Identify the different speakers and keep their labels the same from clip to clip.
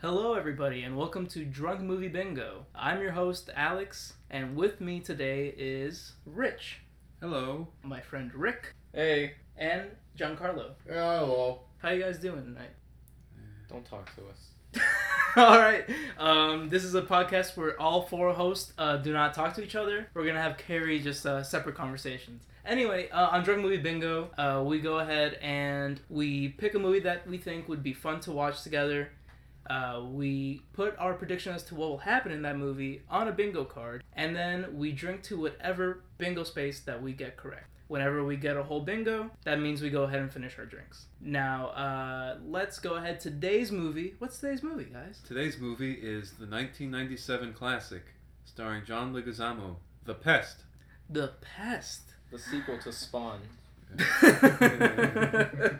Speaker 1: Hello, everybody, and welcome to Drunk Movie Bingo. I'm your host, Alex, and with me today is Rich,
Speaker 2: Hello.
Speaker 1: my friend Rick,
Speaker 3: Hey,
Speaker 1: and Giancarlo.
Speaker 2: Hello.
Speaker 1: How you guys doing tonight?
Speaker 3: don't talk to us.
Speaker 1: all right. Um, this is a podcast where all four hosts uh, do not talk to each other. We're gonna have carry just uh, separate conversations. Anyway, uh, on Drug Movie Bingo, uh, we go ahead and we pick a movie that we think would be fun to watch together. Uh, we put our prediction as to what will happen in that movie on a bingo card, and then we drink to whatever bingo space that we get correct. Whenever we get a whole bingo, that means we go ahead and finish our drinks. Now, uh, let's go ahead. Today's movie. What's today's movie, guys?
Speaker 2: Today's movie is the 1997 classic starring John Leguizamo, The Pest.
Speaker 1: The Pest.
Speaker 3: The sequel to Spawn.
Speaker 2: I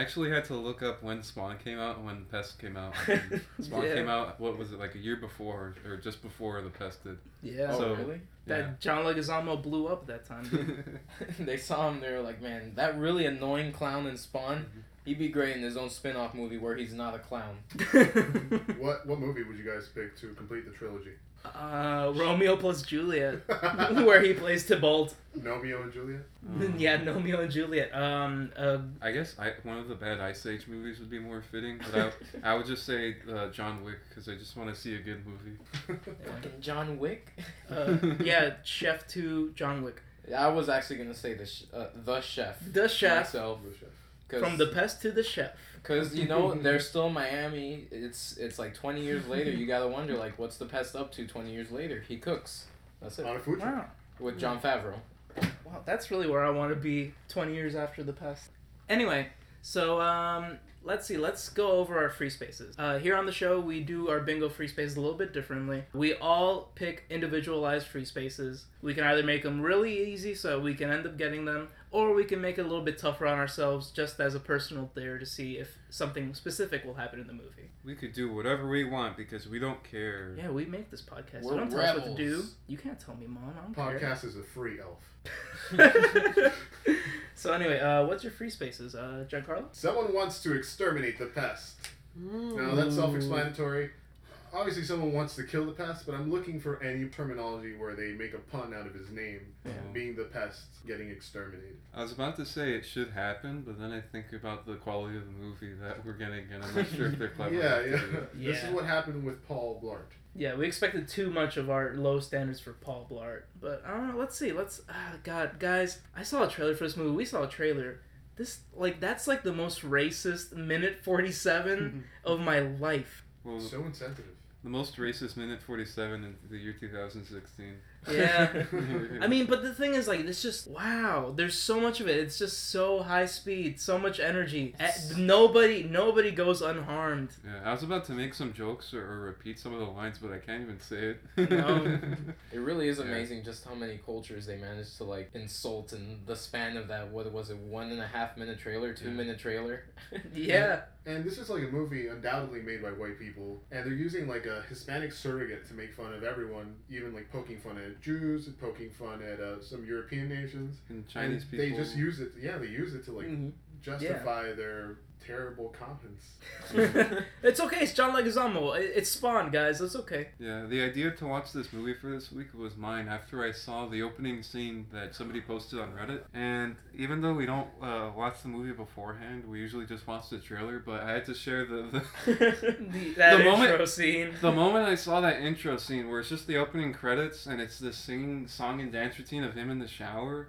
Speaker 2: actually had to look up when Spawn came out and when The Pest came out. And Spawn
Speaker 1: Yeah.
Speaker 2: came out, what was it, like a year before or just before The Pest did?
Speaker 1: yeah.
Speaker 2: So-
Speaker 3: really?
Speaker 1: that John Leguizamo blew up that time.
Speaker 2: Yeah.
Speaker 1: dude.
Speaker 3: they saw him. They were like, "Man, that really annoying clown in Spawn.
Speaker 1: Mm-hmm.
Speaker 3: He'd be great in his own spin-off movie where he's not a clown."
Speaker 4: What what movie would you guys pick to complete the trilogy?
Speaker 1: uh, Romeo plus Juliet, where he plays Tybalt.
Speaker 4: Romeo and Juliet.
Speaker 2: Um,
Speaker 1: yeah, Romeo and Juliet. Um, uh,
Speaker 2: I guess I, one of the bad Ice Age movies would be more fitting, but I, I would just say uh, John Wick because I just want to see a good movie.
Speaker 3: Fucking John Wick.
Speaker 1: uh, yeah, Chef to John Wick.
Speaker 3: I was actually gonna say the sh- uh, the chef.
Speaker 1: The Chef.
Speaker 3: myself. Cause,
Speaker 1: From the pest to the chef.
Speaker 3: Cause you know they're still in Miami. It's it's like twenty years later. You gotta wonder like what's the pest up to twenty years later? He cooks. That's
Speaker 1: Uh,
Speaker 3: it.
Speaker 4: On a food truck.
Speaker 1: Wow.
Speaker 3: With John Favreau.
Speaker 1: Wow, that's really where I want to be 20 years after the past. Anyway, so um, let's see, let's go over our free spaces. Uh, here on the show, we do our bingo free spaces a little bit differently. We all pick individualized free spaces. We can either make them really easy so we can end up getting them, or we can make it a little bit tougher on ourselves just as a personal dare to see if something specific will happen in the movie.
Speaker 2: We could do whatever we want because we don't care.
Speaker 1: Yeah, we make this podcast.
Speaker 3: We're
Speaker 1: you don't tell us what to
Speaker 3: rebels.
Speaker 1: do. You can't tell me, Mom. I don't care.
Speaker 4: Podcast is a free elf.
Speaker 1: so anyway, uh, what's your free spaces, uh, Giancarlo?
Speaker 4: Someone wants to exterminate the pest.
Speaker 1: Mm.
Speaker 4: Now that's self-explanatory. Obviously, someone wants to kill the pest, but I'm looking for any terminology where they make a pun out of his name,
Speaker 2: Yeah.
Speaker 4: being the pest getting exterminated.
Speaker 2: I was about to say it should happen, but then I think about the quality of the movie that we're getting, and I'm not sure if they're clever.
Speaker 4: yeah,
Speaker 2: enough
Speaker 4: yeah.
Speaker 2: to do it.
Speaker 1: Yeah.
Speaker 4: This is what happened with Paul Blart.
Speaker 1: Yeah, we expected too much of our low standards for Paul Blart, but I don't know. Let's see. Let's. ah God, guys, I saw a trailer for this movie. We saw a trailer. This like that's like the most racist minute forty seven of my life.
Speaker 2: Well,
Speaker 4: So insensitive.
Speaker 2: the most racist minute 47 in the year 2016.
Speaker 1: Yeah. I
Speaker 2: I
Speaker 1: mean, but the thing is, like, it's just wow. There's so much of it. It's just so high speed, so much energy. Eh, Nobody, nobody goes unharmed.
Speaker 2: Yeah, I was about to make some jokes or, or repeat some of the lines, but I can't even say it.
Speaker 1: No.
Speaker 3: It really is
Speaker 2: Yeah.
Speaker 3: amazing just how many cultures they managed to like insult in the span of that. What was it, one and a half minute trailer, two
Speaker 2: Yeah.
Speaker 3: minute trailer?
Speaker 1: Yeah.
Speaker 4: And this is like a movie undoubtedly made by white people, and they're using like a Hispanic surrogate to make fun of everyone, even like poking fun at Jews and poking fun at uh, some European nations.
Speaker 2: and Chinese
Speaker 4: and
Speaker 2: people.
Speaker 4: They just use it. Yeah, they use it to like
Speaker 1: Mhm.
Speaker 4: justify their terrible competence.
Speaker 1: it's okay. It's John Leguizamo. It- It's Spawn, guys. It's okay.
Speaker 2: Yeah, the idea to watch this movie for this week was mine after I saw the opening scene that somebody posted on Reddit. And even though we don't uh, watch the movie beforehand, we usually just watch the trailer, but I had to share the. the
Speaker 1: The, that
Speaker 2: The
Speaker 1: intro
Speaker 2: moment-
Speaker 1: scene.
Speaker 2: The moment I saw that intro scene where it's just the opening credits and it's this singing song and dance routine of him in the shower,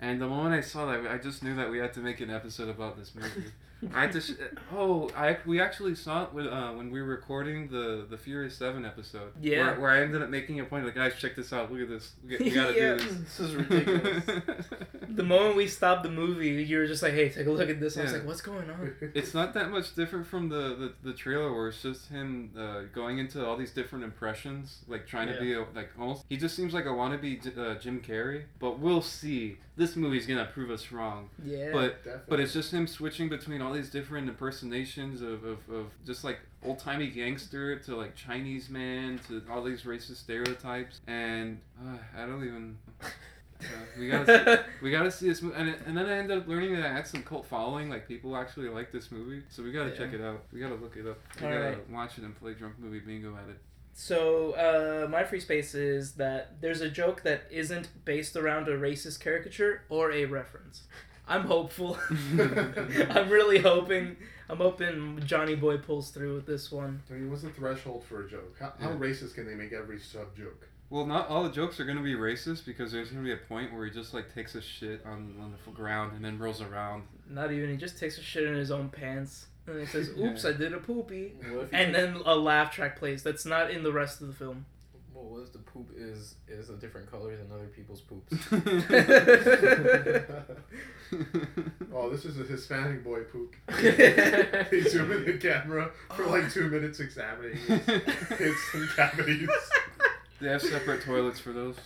Speaker 2: and the moment I saw that, I just knew that we had to make an episode about this movie. I just oh I we actually saw it when, uh, when we were recording the the Furious Seven episode.
Speaker 1: Yeah.
Speaker 2: Where, where I ended up making a point like guys check this out look at this we, we gotta
Speaker 1: Yeah.
Speaker 2: do
Speaker 3: this is
Speaker 2: this.
Speaker 3: ridiculous.
Speaker 1: The moment we stopped the movie, you were just like, "Hey, take a look at this." I was
Speaker 2: Yeah.
Speaker 1: like, "What's going on?"
Speaker 2: it's not that much different from the the, the trailer where it's just him uh, going into all these different impressions like trying
Speaker 1: Yeah.
Speaker 2: to be a, like almost he just seems like a wannabe J- uh, Jim Carrey. But we'll see. This movie's gonna prove us wrong.
Speaker 1: Yeah.
Speaker 2: But
Speaker 4: Definitely.
Speaker 2: But it's just him switching between all these different impersonations of, of, of just like old timey gangster to like Chinese man to all these racist stereotypes. And uh, I don't even. we gotta we gotta see this movie, and, it- and then I ended up learning that I had some cult following. Like people actually like this movie, so we gotta
Speaker 1: Yeah.
Speaker 2: check it out. We gotta look it up. We
Speaker 1: All
Speaker 2: gotta
Speaker 1: right.
Speaker 2: watch it and play drunk movie bingo at it.
Speaker 1: So, uh, my free space is that there's a joke that isn't based around a racist caricature or a reference. I'm hopeful. I'm really hoping. I'm hoping Johnny Boy pulls through with this one.
Speaker 4: I mean, what's the threshold for a joke? How, how
Speaker 2: Yeah.
Speaker 4: racist can they make every sub joke?
Speaker 2: Well, not all the jokes are gonna be racist because there's gonna be a point where he just like takes a shit on on the ground and then rolls around.
Speaker 1: Not even. He just takes a shit in his own pants and he says, "Oops, I did a poopy."
Speaker 3: What if you
Speaker 1: And
Speaker 3: took-
Speaker 1: then a laugh track plays. That's not in the rest of the film.
Speaker 3: well, what if the poop is is a different color than other people's poops?
Speaker 4: oh, this is a Hispanic boy poop. They zoom in the camera for like two minutes examining his, his cavities.
Speaker 2: they have separate toilets for those.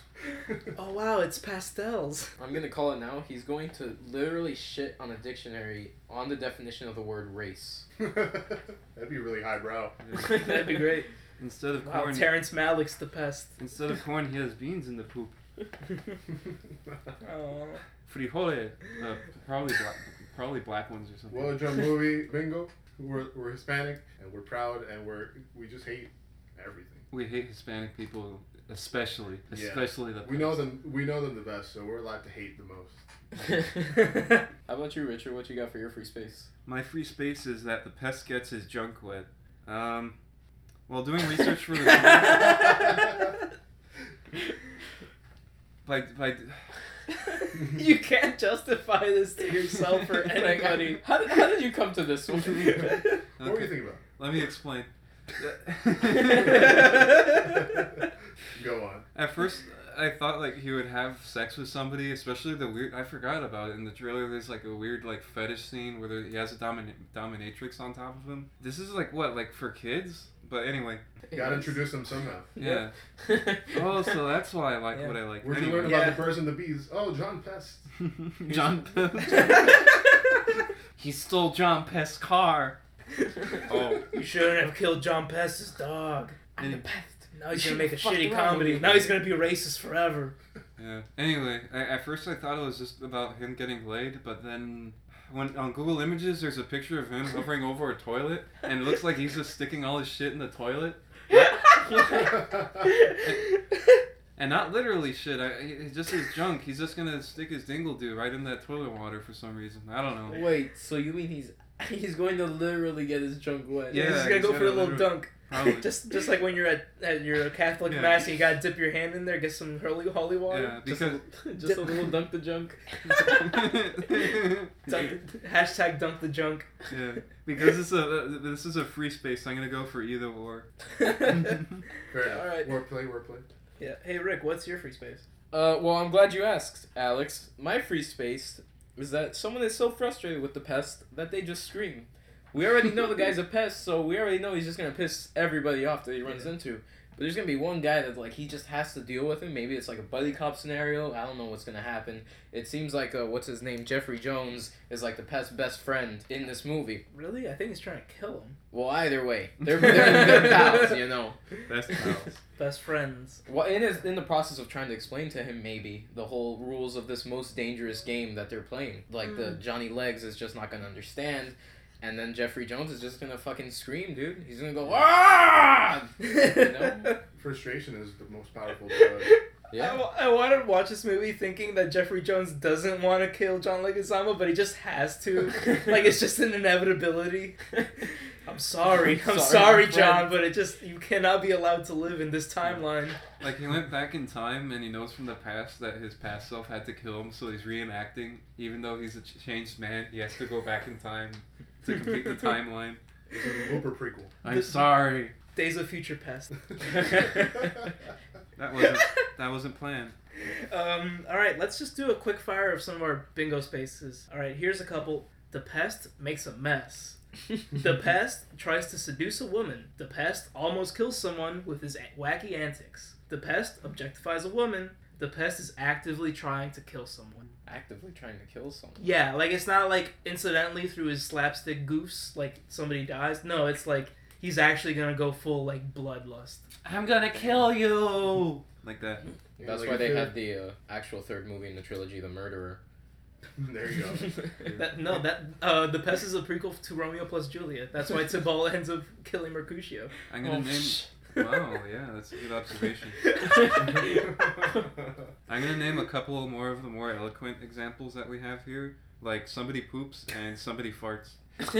Speaker 1: Oh wow, it's pastels.
Speaker 3: I'm gonna call it now. He's going to literally shit on a dictionary on the definition of the word race.
Speaker 4: That'd be really highbrow.
Speaker 1: That'd be great.
Speaker 2: Instead of
Speaker 1: Wow,
Speaker 2: corn,
Speaker 1: Terrence Malick's the pest.
Speaker 2: instead of corn, he has beans in the poop.
Speaker 1: oh.
Speaker 2: Frijole, uh, probably black, probably black ones or something.
Speaker 4: well, Joe movie bingo. We're, we're Hispanic and we're proud and we're we just hate everything.
Speaker 2: We hate Hispanic people, especially,
Speaker 4: Yeah.
Speaker 2: especially the.
Speaker 4: We know them. We know them the best, so we're allowed to hate the most.
Speaker 3: How about you, Richard? What you got for your free space?
Speaker 2: My free space is that the pest gets his junk wet. Um, while doing research for the by by
Speaker 1: you can't justify this to yourself or
Speaker 2: Like,
Speaker 1: anybody.
Speaker 3: how, did, how did you come to this one?
Speaker 4: What were you
Speaker 2: okay,
Speaker 4: thinking
Speaker 2: let me explain.
Speaker 4: about? Go on.
Speaker 2: At first, I thought like he would have sex with somebody, especially the weird. I forgot about it in the trailer. There's like a weird like fetish scene where there, he has a domin- dominatrix on top of him. This is like what like for kids, but anyway,
Speaker 4: Got to introduce them somehow.
Speaker 2: yeah. oh, so that's why I like what I like.
Speaker 4: Where'd you learn
Speaker 2: anyway.
Speaker 4: about
Speaker 1: Yeah.
Speaker 4: the birds and the bees? Oh, John Pest.
Speaker 2: John. he stole John Pest's car. Oh.
Speaker 1: you shouldn't have killed John Pest's dog.
Speaker 3: I'm the best.
Speaker 1: Now he's gonna make a
Speaker 3: Fuck
Speaker 1: shitty
Speaker 3: around
Speaker 1: comedy.
Speaker 3: with
Speaker 1: Now
Speaker 3: me.
Speaker 1: he's gonna be racist forever.
Speaker 2: Yeah. Anyway, I, at first I thought it was just about him getting laid, but then when on Google Images there's a picture of him hovering over a toilet, and it looks like he's just sticking all his shit in the toilet, and not literally shit. I, he- he just his junk. He's just gonna stick his dingle do right in that toilet water for some reason. I don't know.
Speaker 3: Wait, so you mean he's he's going to literally get his junk wet?
Speaker 1: Yeah,
Speaker 2: Yeah,
Speaker 1: he's gonna
Speaker 2: he's
Speaker 1: go for a
Speaker 2: gonna
Speaker 1: little
Speaker 2: literally-
Speaker 1: dunk.
Speaker 2: Probably.
Speaker 1: just just like when you're at, at your Catholic
Speaker 2: Yeah.
Speaker 1: mass and you gotta dip your hand in there, get some holy holy water.
Speaker 2: Yeah, because
Speaker 3: Just a little dunk the junk.
Speaker 1: Dunk, hashtag dunk the junk.
Speaker 2: yeah, because it's a this is a free space. I'm gonna go for either or.
Speaker 4: Fair enough.
Speaker 1: All right.
Speaker 4: Wordplay, wordplay.
Speaker 1: Yeah. Hey Rick, what's your free space?
Speaker 3: Uh, well, I'm glad you asked, Alex. My free space is that someone is so frustrated with the pest that they just scream. We already know the guy's a pest, so we already know he's just gonna piss everybody off that he runs
Speaker 1: Yeah.
Speaker 3: into. But there's gonna be one guy that like he just has to deal with him. Maybe it's like a buddy cop scenario. I don't know what's gonna happen. It seems like uh, what's his name, Jeffrey Jones, is like the pest's best friend in this movie.
Speaker 1: Really? I think he's trying to kill him.
Speaker 3: Well, either way, they're they're, they're pals, you know.
Speaker 2: Best pals.
Speaker 1: Best friends.
Speaker 3: Well, in his, in the process of trying to explain to him maybe the whole rules of this most dangerous game that they're playing, like the Johnny Legs is just not gonna understand, and then Jeffrey Jones is just gonna fucking scream, dude. He's gonna go ah. know?
Speaker 4: Frustration is the most powerful uh, drug.
Speaker 1: I,
Speaker 3: Yeah.
Speaker 1: wa- I wanted to watch this movie thinking that Jeffrey Jones doesn't want to kill John Leguizamo, but he just has to. like it's just an inevitability. I'm sorry. I'm
Speaker 3: Sorry,
Speaker 1: sorry,
Speaker 3: my friend.
Speaker 1: John, but it just you cannot be allowed to live in this timeline.
Speaker 2: Like he went back in time and he knows from the past that his past self had to kill him, so he's reenacting. Even though he's a ch- changed man, he has to go back in time to complete the timeline.
Speaker 4: It's a Looper prequel.
Speaker 2: I'm sorry,
Speaker 1: Days of Future Past.
Speaker 2: that wasn't that wasn't planned.
Speaker 1: Um, all right, let's just do a quick fire of some of our bingo spaces. All right, here's a couple. The pest makes a mess. The
Speaker 2: Mm-hmm.
Speaker 1: pest tries to seduce a woman. The pest almost kills someone with his a- wacky antics. The pest objectifies a woman. The pest is actively trying to kill someone.
Speaker 3: Actively trying to kill someone.
Speaker 1: Yeah, like it's not like incidentally through his slapstick goofs, like somebody dies. No, it's like he's actually gonna go full like bloodlust.
Speaker 2: I'm gonna kill you. like that.
Speaker 4: Yeah,
Speaker 3: That's
Speaker 4: like
Speaker 3: why
Speaker 4: if
Speaker 3: they
Speaker 4: you're-
Speaker 3: had the uh, actual third movie in the trilogy, The Murderer.
Speaker 4: There you go.
Speaker 1: That, no, that uh, the pest is a prequel to Romeo plus Juliet. That's why Tibal ends up killing Mercutio.
Speaker 2: I'm gonna
Speaker 3: Oh,
Speaker 2: name.
Speaker 3: sh-
Speaker 2: Wow, yeah, that's a good observation. I'm gonna name a couple more of the more eloquent examples that we have here. Like somebody poops and somebody farts.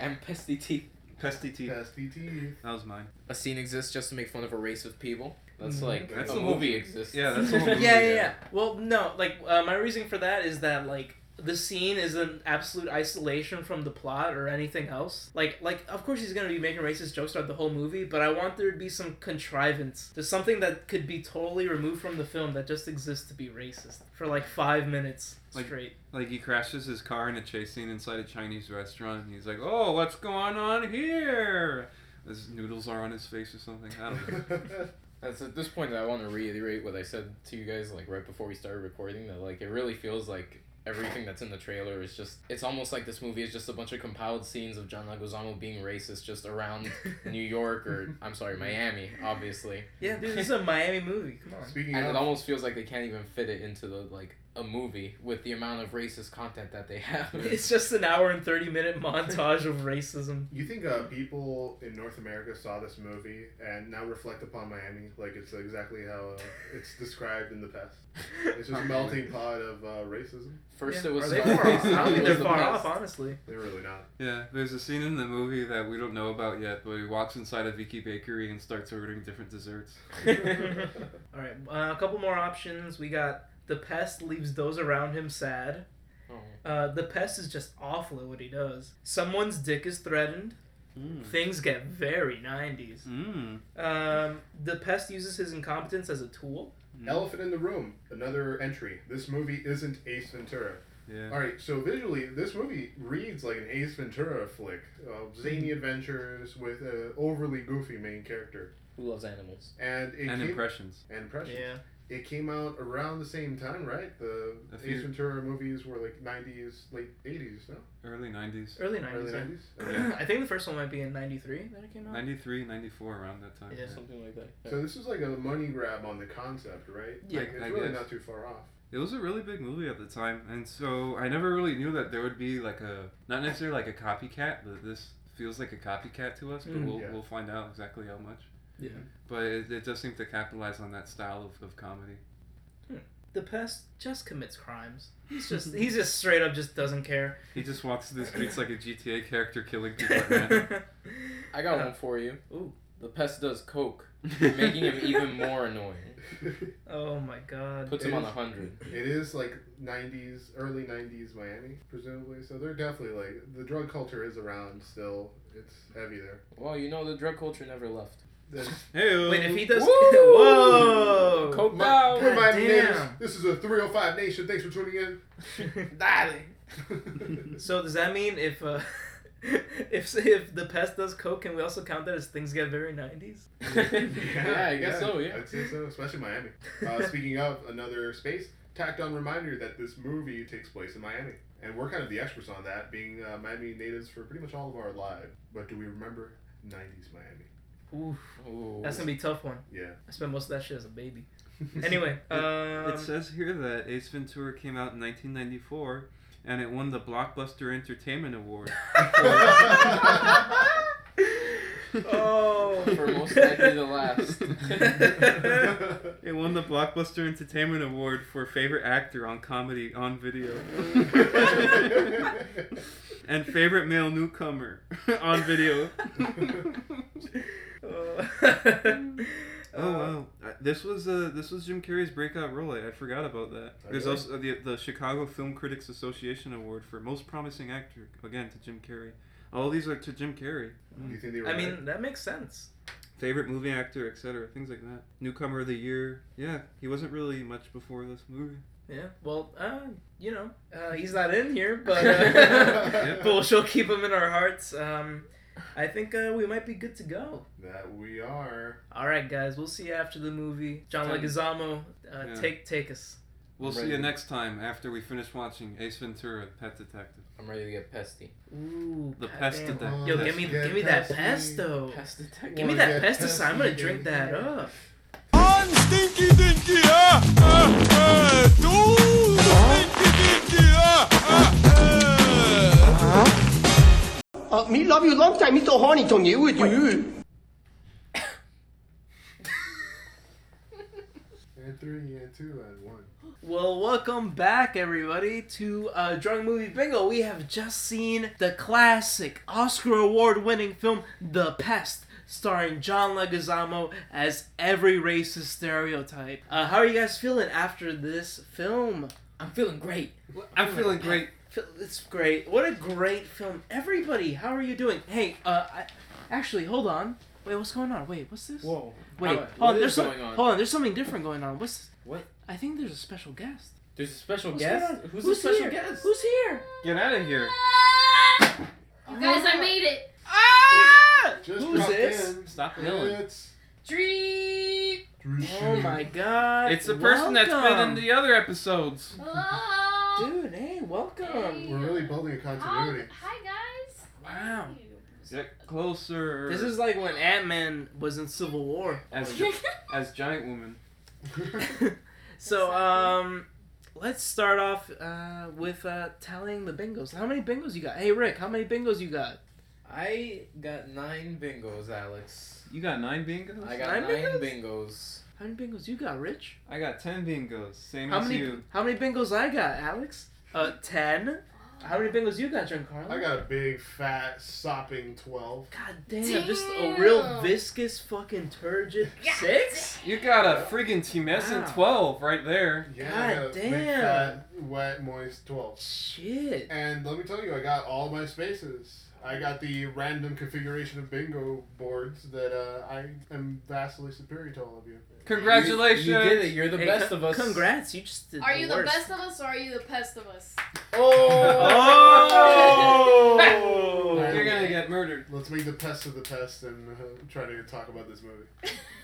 Speaker 3: and pesty teeth.
Speaker 2: Pesty teeth.
Speaker 4: Pesty teeth.
Speaker 2: That was mine.
Speaker 3: A scene exists just to make fun of a race of people. That's
Speaker 1: Mhm.
Speaker 3: like
Speaker 2: That's
Speaker 3: a
Speaker 2: a
Speaker 3: movie,
Speaker 2: movie.
Speaker 3: exists.
Speaker 2: Yeah, that's a
Speaker 1: yeah,
Speaker 2: whole movie,
Speaker 1: yeah, yeah. Well, no, like uh, my reasoning for that is that like the scene is an absolute isolation from the plot or anything else. Like, like of course he's gonna be making racist jokes throughout the whole movie, but I want there to be some contrivance, there's something that could be totally removed from the film that just exists to be racist for like five minutes
Speaker 2: Like-
Speaker 1: straight.
Speaker 2: Like he crashes his car in a chase scene inside a Chinese restaurant. And he's like, "Oh, what's going on here?" His noodles are on his face or something. I don't know.
Speaker 3: That's at this point that I want to reiterate what I said to you guys like right before we started recording that like it really feels like everything that's in the trailer is just it's almost like this movie is just a bunch of compiled scenes of John Leguizamo being racist just around New York or I'm sorry Miami obviously
Speaker 1: yeah, dude, this is a Miami movie. Come on.
Speaker 4: Speaking
Speaker 3: and it
Speaker 4: of,
Speaker 3: almost feels like they can't even fit it into the like a movie with the amount of racist content that they have.
Speaker 1: It's just an hour and thirty minute montage of racism.
Speaker 4: you think uh, people in North America saw this movie and now reflect upon Miami like it's exactly how uh, it's described in the past. It's just a melting pot of uh, racism.
Speaker 3: First
Speaker 1: Yeah.
Speaker 3: it was
Speaker 1: Are they
Speaker 3: uh,
Speaker 1: far off? I don't think
Speaker 3: it
Speaker 1: they're
Speaker 3: was the
Speaker 1: far
Speaker 3: past.
Speaker 1: off, honestly.
Speaker 4: They're really not.
Speaker 2: Yeah, there's a scene in the movie that we don't know about yet, but he walks inside a Vicky Bakery and starts ordering different desserts.
Speaker 1: All right, uh, a couple more options. We got the pest leaves those around him sad.
Speaker 3: Oh.
Speaker 1: Uh, the pest is just awful at what he does. Someone's dick is threatened.
Speaker 2: Mm.
Speaker 1: Things get very 90s.
Speaker 2: Mm.
Speaker 1: Um, the pest uses his incompetence as a tool.
Speaker 2: Hmm.
Speaker 4: Elephant in the Room, another entry. This movie isn't Ace Ventura.
Speaker 2: Yeah.
Speaker 4: All right, so visually, this movie reads like an Ace Ventura flick. Uh, zany adventures with an overly goofy main character.
Speaker 3: Who loves animals?
Speaker 4: And it
Speaker 2: And
Speaker 4: came,
Speaker 2: impressions.
Speaker 4: and impression.
Speaker 1: Yeah.
Speaker 4: It came out around the same time, right? The
Speaker 2: A
Speaker 4: Ace
Speaker 2: few-
Speaker 4: Ventura movies were like 90s, late 80s, no?
Speaker 2: Early 90s.
Speaker 1: Early 90s.
Speaker 4: Early
Speaker 1: right?
Speaker 4: 90s?
Speaker 2: Yeah.
Speaker 1: I think the first one might be in 93 that it came out.
Speaker 2: 93, 94, around that time.
Speaker 1: Yeah.
Speaker 3: Something like that.
Speaker 4: So this is like a money grab on the concept, right?
Speaker 1: Yeah.
Speaker 4: Like, it's
Speaker 2: I
Speaker 4: really
Speaker 2: guess.
Speaker 4: not too far off.
Speaker 2: It was a really big movie at the time, and so I never really knew that there would be like a not necessarily like a copycat, but this feels like a copycat to us. But
Speaker 1: Mm.
Speaker 2: we'll
Speaker 4: Yeah.
Speaker 2: we'll find out exactly how much.
Speaker 1: Yeah.
Speaker 2: But it, it does seem to capitalize on that style of, of comedy.
Speaker 1: The pest just commits crimes. He's just he's just straight up just doesn't care.
Speaker 2: He just walks through the streets like a GTA character, killing people at random.
Speaker 3: I got
Speaker 1: Uh,
Speaker 3: one for you.
Speaker 1: ooh.
Speaker 3: The pest does coke, making him even more annoying.
Speaker 4: it
Speaker 1: Oh my god.
Speaker 3: Puts him on a hundred.
Speaker 4: is like 90s, early 90s Miami, presumably. So they're definitely like, the drug culture is around still. It's heavy there.
Speaker 3: Well, you know the drug culture never left.
Speaker 4: That's-
Speaker 2: Hey.
Speaker 1: Wait, if he does
Speaker 3: Woo!
Speaker 1: Whoa.
Speaker 3: Coke
Speaker 4: My-
Speaker 3: out.
Speaker 4: we're my
Speaker 1: Damn.
Speaker 4: neighbors. This is a 305 Nation. Thanks for tuning in.
Speaker 3: Darling.
Speaker 1: So does that mean if uh, if if the pest does coke, can we also count that as things get very nineties?
Speaker 3: yeah, I guess so. Yeah.
Speaker 4: I'd say so, especially Miami. Uh, speaking of another space, tacked on reminder that this movie takes place in Miami. And we're kind of the experts on that, being uh, Miami natives for pretty much all of our lives. But do we remember 90s Miami?
Speaker 1: Ooh,
Speaker 3: Ooh.
Speaker 1: that's gonna be a tough one.
Speaker 4: Yeah.
Speaker 1: I spent most of that shit as a baby. Anyway, um,
Speaker 2: It says here that Ace Ventura came out in 1994 and it won the Blockbuster Entertainment Award.
Speaker 1: oh,
Speaker 3: For most likely the last.
Speaker 2: It won the Blockbuster Entertainment Award for favorite actor on comedy on video and favorite male newcomer on video.
Speaker 1: oh,
Speaker 2: Oh wow, Uh, this was uh, this was Jim Carrey's breakout role. I, I forgot about that. There's
Speaker 4: really?
Speaker 2: also the the Chicago Film Critics Association Award for most promising actor again to Jim Carrey. All these are to Jim Carrey.
Speaker 4: Do you think they were
Speaker 1: I mean, that makes sense.
Speaker 2: Favorite movie actor, etc. Things like that. Newcomer of the year. Yeah, he wasn't really much before this movie.
Speaker 1: Yeah. Well, uh, you know, uh, he's not in here, but uh, but we'll still keep him in our hearts. Um, I think uh, we might be good to go.
Speaker 4: that we are.
Speaker 1: All right, guys. We'll see you after the movie. John
Speaker 3: Time.
Speaker 1: Leguizamo, uh,
Speaker 2: Yeah.
Speaker 1: take take us.
Speaker 2: We'll see
Speaker 3: Right.
Speaker 2: you next time after we finish watching Ace Ventura: Pet Detective.
Speaker 3: I'm ready to get pesty.
Speaker 1: Ooh,
Speaker 2: The
Speaker 1: goddamn.
Speaker 2: pest of the-
Speaker 1: Yo, give
Speaker 2: Let's
Speaker 1: me
Speaker 4: get
Speaker 1: give me that
Speaker 4: pesty.
Speaker 1: pesto.
Speaker 3: Pest detective.
Speaker 1: Give me
Speaker 4: Wanna
Speaker 1: that
Speaker 4: get
Speaker 1: pesticide. I'm gonna drink
Speaker 4: pesty.
Speaker 1: that up.
Speaker 5: On dinky dinky, ah, ah, ah, doos, dinky dinky, ah, ah, ah.
Speaker 6: Uh, me love you long time. Me so horny to you. With you.
Speaker 4: And three, and two, and one.
Speaker 1: Well, welcome back, everybody, to uh, Drunk Movie Bingo. We have just seen the classic Oscar award winning film, The Pest, starring John Leguizamo as every racist stereotype. Uh, how are you guys feeling after this film?
Speaker 3: I'm feeling great.
Speaker 2: I'm feeling great.
Speaker 1: Phil- It's great. What a great film. Everybody, how are you doing? Hey, uh, I, actually, hold on. Wait, what's going on? Wait, what's this?
Speaker 3: Whoa.
Speaker 1: Wait,
Speaker 3: What-
Speaker 1: hold
Speaker 3: what
Speaker 1: on.
Speaker 3: is
Speaker 1: There's some-
Speaker 3: going on?
Speaker 1: Hold on. There's something different going on. What's?
Speaker 3: What?
Speaker 1: I think there's a special guest.
Speaker 3: There's a special
Speaker 1: What's
Speaker 3: guest.
Speaker 1: going on?
Speaker 3: Who's, the special
Speaker 1: here?
Speaker 3: guest?
Speaker 1: Who's here?
Speaker 2: Get out of here.
Speaker 7: You guys, I made it.
Speaker 1: Ah!
Speaker 4: Just
Speaker 1: Who's
Speaker 4: dropped
Speaker 1: this?
Speaker 4: in.
Speaker 2: Stop yelling.
Speaker 4: It's.
Speaker 7: Dream.
Speaker 1: Oh my god.
Speaker 2: It's the person that's been in
Speaker 1: Welcome.
Speaker 2: the other episodes.
Speaker 7: Hello.
Speaker 1: Dude, hey, welcome.
Speaker 7: Hey.
Speaker 4: We're really building a
Speaker 7: Hi,
Speaker 4: continuity.
Speaker 7: Um, hi, guys.
Speaker 1: Wow.
Speaker 2: Get closer.
Speaker 1: This is like when Ant Man was in Civil War.
Speaker 2: as gi- as giant woman.
Speaker 1: so,
Speaker 7: Exactly.
Speaker 1: um, let's start off uh, with uh, tallying the bingos. How many bingos you got? Hey, Rick, how many bingos you got?
Speaker 3: I got nine bingos, Alex.
Speaker 2: You got nine bingos.
Speaker 3: I got
Speaker 1: Nine
Speaker 3: nine,
Speaker 1: bingos?
Speaker 3: bingos.
Speaker 1: How many bingos you got, Rich?
Speaker 2: I got ten bingos. Same
Speaker 1: How
Speaker 2: as
Speaker 1: many?
Speaker 2: you.
Speaker 1: How many bingos I got, Alex? Uh, ten. How many bingos you got, Giancarlo?
Speaker 4: I got a big, fat, sopping 12.
Speaker 1: God damn, just a real
Speaker 7: Damn.
Speaker 1: viscous fucking turgid
Speaker 7: Yeah.
Speaker 1: six.
Speaker 2: You got a freaking team S and
Speaker 1: Wow.
Speaker 2: twelve right there.
Speaker 4: Yeah, I
Speaker 1: God
Speaker 4: got a big,
Speaker 1: damn.
Speaker 4: fat, wet, moist 12.
Speaker 1: Shit.
Speaker 4: And let me tell you, I got all my spaces. I got the random configuration of bingo boards that uh, I am vastly superior to all of you.
Speaker 2: Congratulations.
Speaker 3: You, you did it. You're the
Speaker 1: Hey,
Speaker 3: best
Speaker 1: con-
Speaker 3: of us.
Speaker 1: Congrats, you just did
Speaker 7: Are you the
Speaker 1: worst.
Speaker 7: best of us or are you the pest of us?
Speaker 1: Oh!
Speaker 2: You're gonna get murdered.
Speaker 4: Let's make the pest of the pest and uh, try to talk about this movie.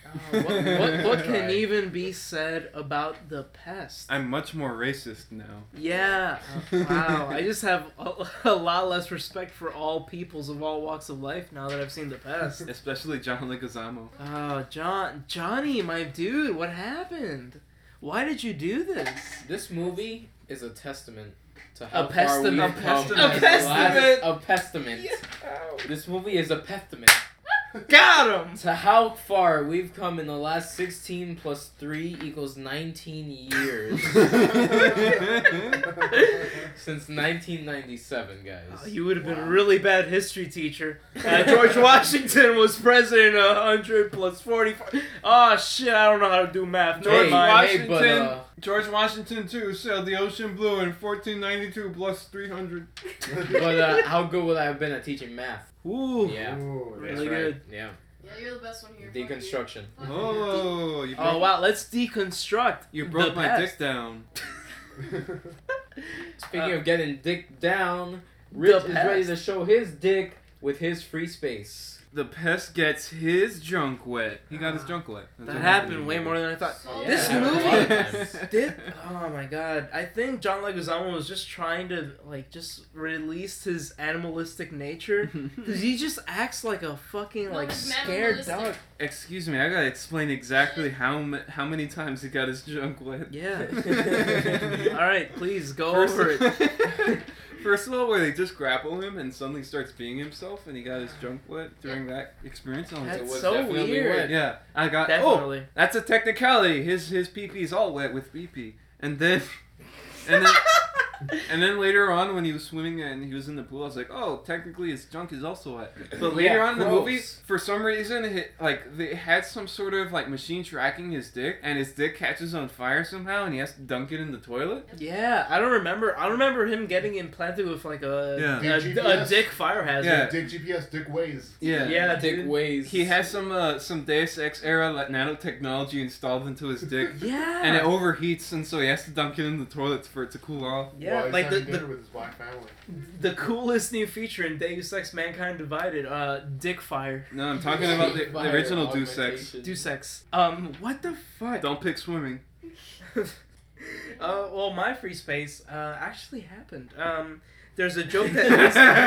Speaker 1: Oh, what, what, what can
Speaker 4: Right.
Speaker 1: even be said about the pest?
Speaker 2: I'm much more racist now.
Speaker 1: Yeah. Oh, wow. I just have a, a lot less respect for all peoples of all walks of life now that I've seen the pest.
Speaker 2: Especially John Leguizamo.
Speaker 1: Oh, John, Johnny, my dude, what happened? Why did you do this?
Speaker 3: This movie is a testament to how far
Speaker 1: pestament.
Speaker 3: we've
Speaker 2: A
Speaker 3: come.
Speaker 2: pestament.
Speaker 1: A pestament.
Speaker 3: A testament. This movie is a testament
Speaker 1: Got him.
Speaker 3: to how far we've come in the last 16 plus 3 equals 19 years since 1997,
Speaker 1: Oh,
Speaker 3: guys.
Speaker 1: You would have been a really bad history teacher. Uh, George Washington was president of 100 plus 44. Oh, shit, I don't know how to do math. Never
Speaker 2: George
Speaker 3: Hey,
Speaker 1: mind.
Speaker 2: Washington.
Speaker 3: but, uh,
Speaker 2: George Washington too sailed the ocean blue in 1492 plus 300.
Speaker 3: But uh, how good would I have been at teaching math?
Speaker 1: Ooh.
Speaker 3: Yeah.
Speaker 4: Ooh,
Speaker 3: That's
Speaker 1: Really
Speaker 3: right.
Speaker 1: good.
Speaker 3: Yeah.
Speaker 7: Yeah, you're the best one here. Fuck you.
Speaker 3: Deconstruction.
Speaker 7: Fuck you.
Speaker 2: Oh, you broke,
Speaker 1: Oh, wow, let's deconstruct.
Speaker 2: you broke
Speaker 1: the
Speaker 2: my
Speaker 1: past.
Speaker 2: dick down.
Speaker 3: Speaking
Speaker 1: Uh,
Speaker 3: of getting dick down, Rich is
Speaker 1: pest.
Speaker 3: ready to show his dick with his free space.
Speaker 2: The pest gets his junk wet. He got his junk wet.
Speaker 1: Ah. That happened way more than I thought.
Speaker 7: So-
Speaker 1: This
Speaker 7: Yeah.
Speaker 1: movie did. Oh my god! I think John Leguizamo was just trying to like just release his animalistic nature. 'Cause he just acts like a fucking
Speaker 7: No,
Speaker 1: like
Speaker 7: it's
Speaker 1: scared
Speaker 7: animalistic.
Speaker 1: dog.
Speaker 2: Excuse me, I gotta explain exactly how ma- how many times he got his junk wet.
Speaker 1: Yeah. All right, please go
Speaker 2: First
Speaker 1: over it.
Speaker 2: of, first of all, where they just grapple him and suddenly starts being himself, and he got his junk wet during that experience. I was
Speaker 1: That's
Speaker 2: like,
Speaker 3: was
Speaker 1: so
Speaker 3: definitely
Speaker 1: weird.
Speaker 3: wet.
Speaker 2: yeah, I got. Oh,
Speaker 1: Definitely.
Speaker 2: that's a technicality. His his PP is all wet with PP, and then, and then. And then later on, when he was swimming and he was in the pool, I was like, "Oh, technically his junk is also wet." But later
Speaker 3: Yeah,
Speaker 2: on in the
Speaker 3: gross.
Speaker 2: movie, for some reason, it, like they had some sort of like machine tracking his dick, and his dick catches on fire somehow, and he has to dunk it in the toilet.
Speaker 1: Yeah, I don't remember. I remember him getting implanted with like a
Speaker 2: Yeah.
Speaker 1: a, a
Speaker 4: GPS.
Speaker 1: dick fire hazard.
Speaker 4: Dick GPS, Dick Ways.
Speaker 2: Yeah.
Speaker 1: Yeah,
Speaker 3: dick
Speaker 1: dude.
Speaker 3: ways.
Speaker 2: He has some uh, some Deus Ex era like, nanotechnology installed into his dick,
Speaker 1: Yeah.
Speaker 2: and it overheats, and so he has to dunk it in the toilet for it to cool off.
Speaker 1: yeah,
Speaker 4: While he's
Speaker 1: like the,
Speaker 4: having
Speaker 1: the
Speaker 4: dinner with his black family.
Speaker 1: The coolest new feature in Deus Ex Mankind Divided, uh, Dick Fire.
Speaker 2: No, I'm talking about the, the original Deus Ex.
Speaker 1: Deus Ex. Um, what the fuck?
Speaker 2: Don't pick swimming.
Speaker 1: uh, well, my free space, uh, actually happened. Um, there's a joke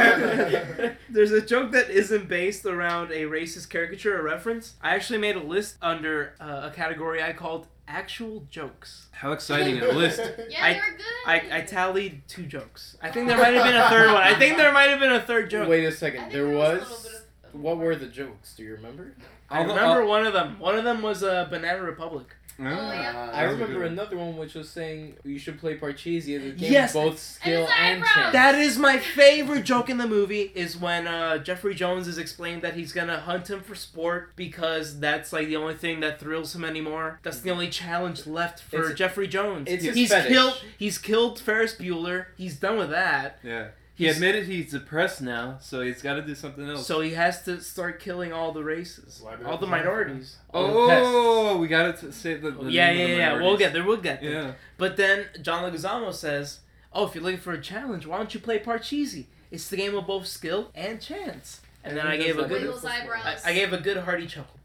Speaker 1: that there's a joke that isn't based around a racist caricature or reference. I actually made a list under uh, a category I called actual jokes.
Speaker 2: How exciting a list!
Speaker 7: Yeah,
Speaker 1: I-
Speaker 7: they were good.
Speaker 1: I, I tallied two jokes. I think there might have been a third one. I think there might have been a third joke.
Speaker 3: Wait a
Speaker 7: I
Speaker 3: second.
Speaker 7: think
Speaker 3: There
Speaker 7: was. a
Speaker 3: was.
Speaker 7: little bit of-
Speaker 3: What were the jokes? Do you remember?
Speaker 1: I
Speaker 2: Although-
Speaker 1: remember one of them. One of them was uh, Banana Republic.
Speaker 2: Ah,
Speaker 7: yeah.
Speaker 2: that's
Speaker 3: I
Speaker 2: a
Speaker 3: remember
Speaker 2: good one.
Speaker 3: another one which was saying you should play Parcheesi as a game
Speaker 1: Yes.
Speaker 3: of both skill
Speaker 7: his
Speaker 3: and,
Speaker 7: eyebrows.
Speaker 3: chance.
Speaker 1: That is my favorite joke in the movie is when uh, Jeffrey Jones is explained that he's gonna hunt him for sport because that's like the only thing that thrills him anymore. That's the only challenge left for
Speaker 3: It's-
Speaker 1: Jeffrey Jones.
Speaker 3: it's his
Speaker 1: he's
Speaker 3: fetish.
Speaker 1: killed. He's killed Ferris Bueller. He's done with that.
Speaker 2: Yeah. He
Speaker 1: He's-
Speaker 2: admitted he's depressed now, so he's got to do something else.
Speaker 1: So he has to start killing all the races,
Speaker 4: Why did
Speaker 1: all
Speaker 4: I
Speaker 1: the
Speaker 4: decide that?
Speaker 1: minorities.
Speaker 2: oh, we got to say the, the
Speaker 1: yeah,
Speaker 2: name
Speaker 1: yeah,
Speaker 2: of
Speaker 1: yeah. We'll
Speaker 2: the minorities.
Speaker 1: get there. We'll get there.
Speaker 2: Yeah.
Speaker 1: But then John Leguizamo says, "Oh, if you're looking for a challenge, why don't you play Parcheesi? It's the game of both skill and chance." And,
Speaker 3: And
Speaker 1: then
Speaker 3: he
Speaker 1: I
Speaker 3: does
Speaker 1: gave a
Speaker 3: that
Speaker 1: good,
Speaker 7: Wiggles eyebrows.
Speaker 1: I, I gave a good hearty chuckle.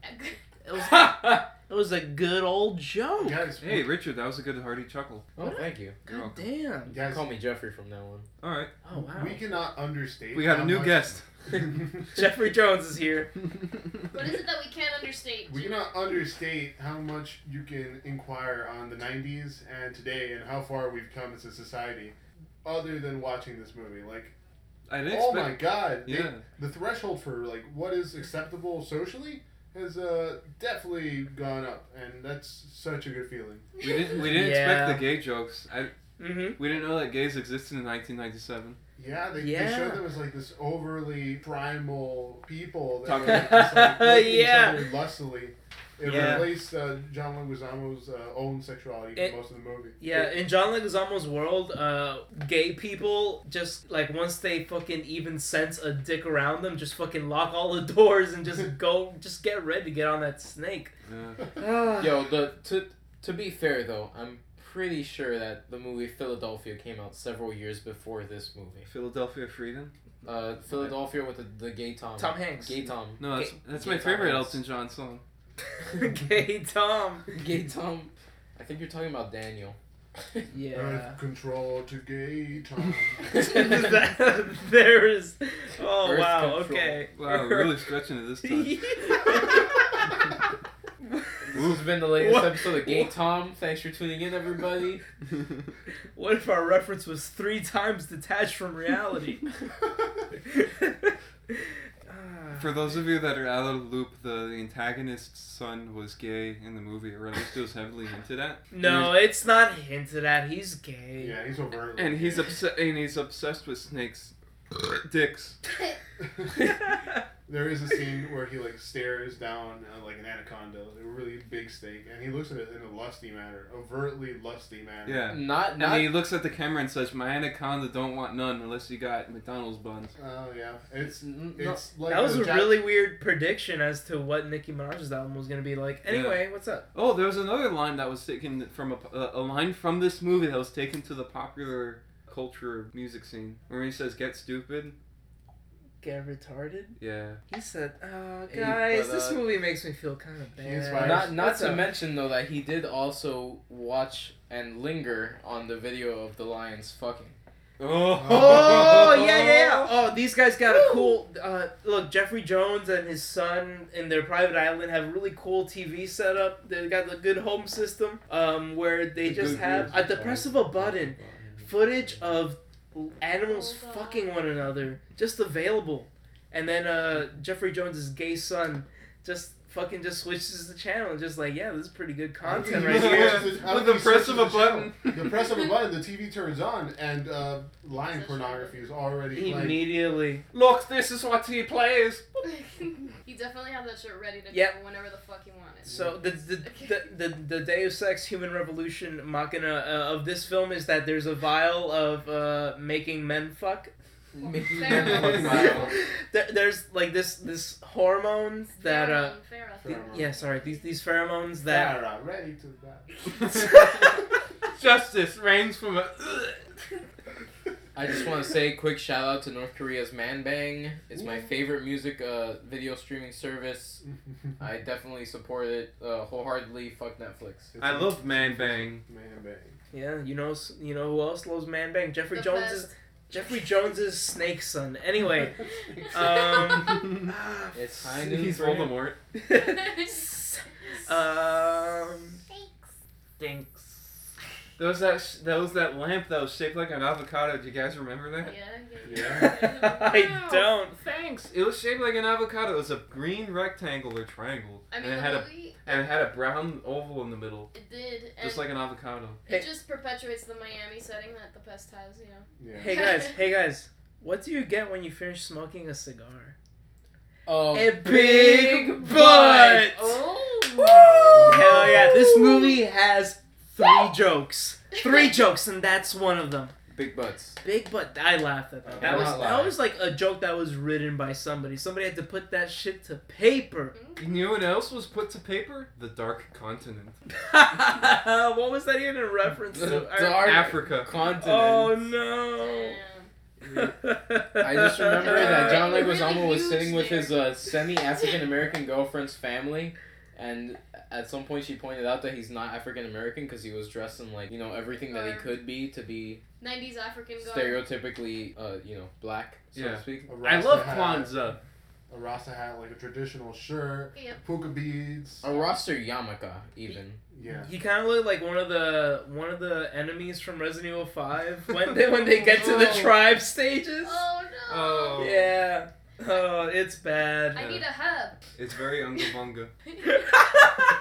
Speaker 1: It was,
Speaker 3: oh,
Speaker 1: it was a good old joke.
Speaker 4: Guys,
Speaker 2: Hey, Richard, that was a good hearty chuckle.
Speaker 3: Oh, thank you.
Speaker 2: You're
Speaker 1: God
Speaker 2: welcome.
Speaker 1: damn.
Speaker 4: guys,
Speaker 3: Call me Jeffrey from now on.
Speaker 2: All right,
Speaker 1: Oh wow.
Speaker 4: we cannot understate.
Speaker 2: we got
Speaker 4: how
Speaker 2: a new
Speaker 4: much-
Speaker 2: guest.
Speaker 1: Jeffrey Jones is here.
Speaker 7: What is it that we can't understate?
Speaker 4: We cannot understate how much you can inquire on the 90s and today and how far we've come as a society other than watching this movie. Like,
Speaker 2: I didn't
Speaker 4: oh my
Speaker 2: expect.
Speaker 4: god. they-
Speaker 2: yeah.
Speaker 4: the threshold for, like, what is acceptable socially has uh, definitely gone up, and that's such a good feeling.
Speaker 2: We didn't. We didn't
Speaker 1: Yeah.
Speaker 2: expect the gay jokes. I,
Speaker 1: Mm-hmm.
Speaker 2: we didn't know that gays existed in 1997.
Speaker 4: Yeah, they, they
Speaker 1: Yeah.
Speaker 4: showed them as like this overly primal people that
Speaker 2: Talking-
Speaker 4: were like, just, like, looked at
Speaker 1: Yeah.
Speaker 4: each other lustily. It
Speaker 1: Yeah.
Speaker 4: replaced uh, John Leguizamo's uh, own sexuality for
Speaker 1: It-
Speaker 4: most of the movie.
Speaker 1: Yeah, in John Leguizamo's world, uh, gay people just like once they fucking even sense a dick around them, just fucking lock all the doors and just go, just get ready to get on that snake.
Speaker 2: Yeah.
Speaker 3: Yo, the to to be fair though, I'm pretty sure that the movie Philadelphia came out several years before this movie.
Speaker 2: Philadelphia Freedom.
Speaker 3: Uh, Philadelphia with the, the gay Tom.
Speaker 1: Tom Hanks.
Speaker 3: Gay Tom.
Speaker 2: No, that's
Speaker 1: Gay-
Speaker 2: that's
Speaker 3: gay
Speaker 2: my favorite
Speaker 3: couples.
Speaker 2: Elton John song.
Speaker 1: gay Tom.
Speaker 3: Gay Tom. I think you're talking about Daniel.
Speaker 1: Yeah.
Speaker 4: Earth control to gay time.
Speaker 1: there is. Oh
Speaker 3: Birth
Speaker 1: wow.
Speaker 3: control.
Speaker 1: Okay.
Speaker 2: Wow, we're really stretching it this time.
Speaker 3: This has been the latest
Speaker 1: What?
Speaker 3: episode of Gay Tom. Thanks for tuning in, everybody.
Speaker 1: what if our reference was three times detached from reality? Ah.
Speaker 2: For those of you that are out of the loop, the, the antagonist's son was gay in the movie, or at least it was heavily hinted at.
Speaker 1: no, it's not hinted at. He's gay.
Speaker 4: yeah, he's overtly.
Speaker 2: And he's obsessed. And he's obsessed with snakes, dicks.
Speaker 4: there is a scene where he like stares down uh, like an anaconda, a really big snake, and he looks at it in a lusty manner, overtly lusty manner.
Speaker 2: Yeah.
Speaker 3: Not
Speaker 2: And
Speaker 3: not
Speaker 2: he looks at the camera and says, "My anaconda don't want none unless you got McDonald's buns."
Speaker 4: Oh yeah, it's
Speaker 3: n- no-
Speaker 4: it's like
Speaker 1: That was
Speaker 4: the
Speaker 1: a
Speaker 4: Jap-
Speaker 1: really weird prediction as to what Nicki Minaj's album was gonna be like. Anyway, what's up?
Speaker 2: Oh, there was another line that was taken from a, a- a line from this movie that was taken to the popular culture music scene. Where he says, "Get stupid."
Speaker 1: Get retarded?
Speaker 2: Yeah.
Speaker 1: He said, "Oh,
Speaker 3: Hey,
Speaker 1: guys,
Speaker 3: but,
Speaker 1: this
Speaker 3: uh,
Speaker 1: movie makes me feel kind of
Speaker 4: He's
Speaker 1: bad."
Speaker 4: fine.
Speaker 3: Not not
Speaker 1: What's
Speaker 3: to
Speaker 1: up?
Speaker 3: mention though that he did also watch and linger on the video of the lions fucking.
Speaker 2: Oh.
Speaker 1: Oh yeah, yeah, yeah. Oh, these guys got a cool uh, look. Jeffrey Jones and his son in their private island have really cool TV setup. They got the good home system, um, where they
Speaker 2: The
Speaker 1: just
Speaker 2: good
Speaker 1: have
Speaker 2: news.
Speaker 1: at the press of a button, footage of animals
Speaker 7: Hold on.
Speaker 1: fucking one another just available, and then uh, Jeffrey Jones's gay son just fucking just switches the channel and just like, yeah, this is pretty good content right here.
Speaker 4: I don't
Speaker 2: With the
Speaker 4: think he
Speaker 2: press of
Speaker 4: switches
Speaker 2: a
Speaker 4: the channel.
Speaker 2: button.
Speaker 4: the press of a button, the TV turns on, and uh, lion
Speaker 7: Such
Speaker 4: pornography is already playing.
Speaker 1: Immediately,
Speaker 2: Look, this is what he plays.
Speaker 7: you definitely have that shit ready to
Speaker 1: Yep.
Speaker 7: go whenever the fuck you want it.
Speaker 1: So the the, the the the Deus Ex Human Revolution machina uh, of this film is that there's a vial of uh, making men fuck.
Speaker 3: Making
Speaker 7: Fair.
Speaker 3: them look vile.
Speaker 1: There, there's like this this hormones that uh
Speaker 7: Farrah,
Speaker 4: Yeah.
Speaker 7: Farrah.
Speaker 1: yeah sorry these these pheromones that
Speaker 4: Sarah, ready to die.
Speaker 2: Justice reigns from a.
Speaker 3: I just want to say a quick shout out to North Korea's Manbang. It's my favorite music uh, video streaming service. I definitely support it uh, wholeheartedly. Fuck Netflix.
Speaker 2: I love Man Bang.
Speaker 4: man bang.
Speaker 1: yeah you know s- you know who else loves man bang Jeffrey
Speaker 7: The
Speaker 1: Jones's
Speaker 7: best.
Speaker 1: Jeffrey Jones's snake son anyway um
Speaker 3: It's high noon
Speaker 2: He's
Speaker 3: for you.
Speaker 2: Voldemort.
Speaker 1: um
Speaker 7: Thanks.
Speaker 1: stinks.
Speaker 2: There was that sh- there was that lamp that was shaped like an avocado. Do you guys remember
Speaker 7: Yeah,
Speaker 2: that?
Speaker 7: yeah.
Speaker 1: I don't.
Speaker 2: Thanks. It was shaped like an avocado. It was a green rectangle or triangle,
Speaker 7: I mean,
Speaker 2: and it
Speaker 7: the
Speaker 2: had a
Speaker 7: movie,
Speaker 2: and it had a brown oval in the middle,
Speaker 7: it did. And
Speaker 2: just like an avocado.
Speaker 7: it just perpetuates the Miami setting that the pest has, you know.
Speaker 4: Yeah.
Speaker 1: Hey guys, hey guys. What do you get when you finish smoking a cigar?
Speaker 3: Oh,
Speaker 1: A big butt.
Speaker 7: Oh!
Speaker 1: Hell yeah! This movie has three jokes. Three jokes, and that's one of them.
Speaker 3: big butts.
Speaker 1: Big butt. I laughed at that. That
Speaker 3: I'm
Speaker 1: was
Speaker 3: not
Speaker 1: that
Speaker 3: lying.
Speaker 1: was like a joke that was written by somebody. Somebody had to put that shit to paper.
Speaker 7: Mm-hmm.
Speaker 2: You know what else was put to paper? The Dark Continent,
Speaker 1: what was that even a reference to?
Speaker 3: The
Speaker 1: I-
Speaker 3: dark
Speaker 2: Africa.
Speaker 3: continent.
Speaker 1: Oh
Speaker 7: Damn.
Speaker 1: no!
Speaker 3: I just remember that John
Speaker 7: Really
Speaker 3: Leguizamo was
Speaker 7: huge
Speaker 3: sitting with
Speaker 7: there.
Speaker 3: his uh, semi-African American girlfriend's family, and at some point she pointed out that he's not African American because he was dressed in like you know everything that he
Speaker 7: Or-
Speaker 3: could be to be
Speaker 7: 90s African guy.
Speaker 3: stereotypically uh, you know black, so
Speaker 2: Yeah.
Speaker 3: to speak.
Speaker 4: A
Speaker 2: I
Speaker 4: Rasta
Speaker 2: love
Speaker 4: hat.
Speaker 2: Kwanzaa.
Speaker 4: A Rasta hat, like a traditional shirt.
Speaker 7: Yep.
Speaker 4: Puka beads.
Speaker 3: A roster yarmulke, even.
Speaker 4: Yeah.
Speaker 1: He kind of looked like one of the one of the enemies from Resident Evil Five when they when they get to the
Speaker 2: Oh.
Speaker 1: tribe stages.
Speaker 7: Oh no!
Speaker 2: Oh.
Speaker 1: Yeah. Oh, it's bad.
Speaker 7: I need a hub.
Speaker 2: It's very unga bunga.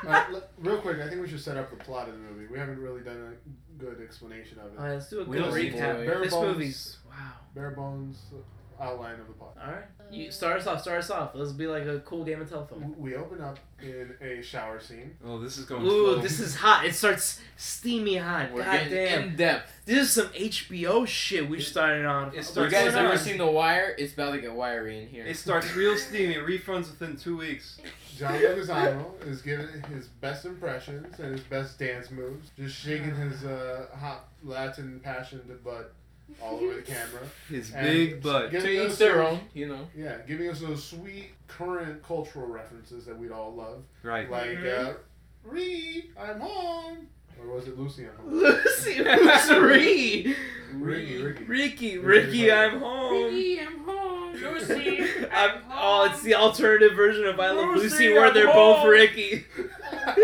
Speaker 4: All right, l- real quick, I think we should set up the plot of the movie. We haven't really done a good explanation of it.
Speaker 1: Alright, let's do a
Speaker 2: We
Speaker 1: good
Speaker 2: don't need
Speaker 1: recap.
Speaker 3: to.
Speaker 4: Bare
Speaker 1: this
Speaker 4: bones.
Speaker 1: movie's wow.
Speaker 4: Bare bones uh, outline of the plot.
Speaker 1: All right, you start us off. Start us off. Let's be like a cool game of telephone.
Speaker 4: W- We open up in a shower scene.
Speaker 2: Oh, this is going.
Speaker 1: Ooh,
Speaker 2: slow.
Speaker 1: this is hot. It starts steamy hot.
Speaker 3: We're
Speaker 1: God
Speaker 3: getting
Speaker 1: damn.
Speaker 3: in depth.
Speaker 1: This is some HBO shit we started on.
Speaker 2: It
Speaker 3: You
Speaker 2: starts.
Speaker 3: guys
Speaker 1: going
Speaker 3: ever
Speaker 1: on?
Speaker 3: seen The Wire? It's about to get wiry in here.
Speaker 2: It starts real steamy. Refunds within two weeks.
Speaker 4: John Leguizamo is giving his best impressions and his best dance moves, just shaking his uh, hot Latin passion to butt all over the camera.
Speaker 2: His
Speaker 4: And
Speaker 2: big butt.
Speaker 4: giving
Speaker 3: to each
Speaker 4: us
Speaker 3: their
Speaker 4: those-
Speaker 3: own, you know.
Speaker 4: Yeah, giving us those sweet current cultural references that we'd all love,
Speaker 2: Right.
Speaker 4: like uh,
Speaker 1: Mhm.
Speaker 4: "Ree, I'm home," or was it Lucy? I'm home.
Speaker 1: Lucy, who's Ree?
Speaker 4: Ricky, Ricky.
Speaker 1: Ricky,
Speaker 4: Ricky,
Speaker 1: Ricky, I'm home.
Speaker 3: I'm home.
Speaker 4: Lucy,
Speaker 1: I'm, oh, it's the alternative version of I Love
Speaker 3: Lucy,
Speaker 1: Lucy where
Speaker 3: I'm
Speaker 1: they're both
Speaker 3: home.
Speaker 1: Ricky.
Speaker 7: Oh, God.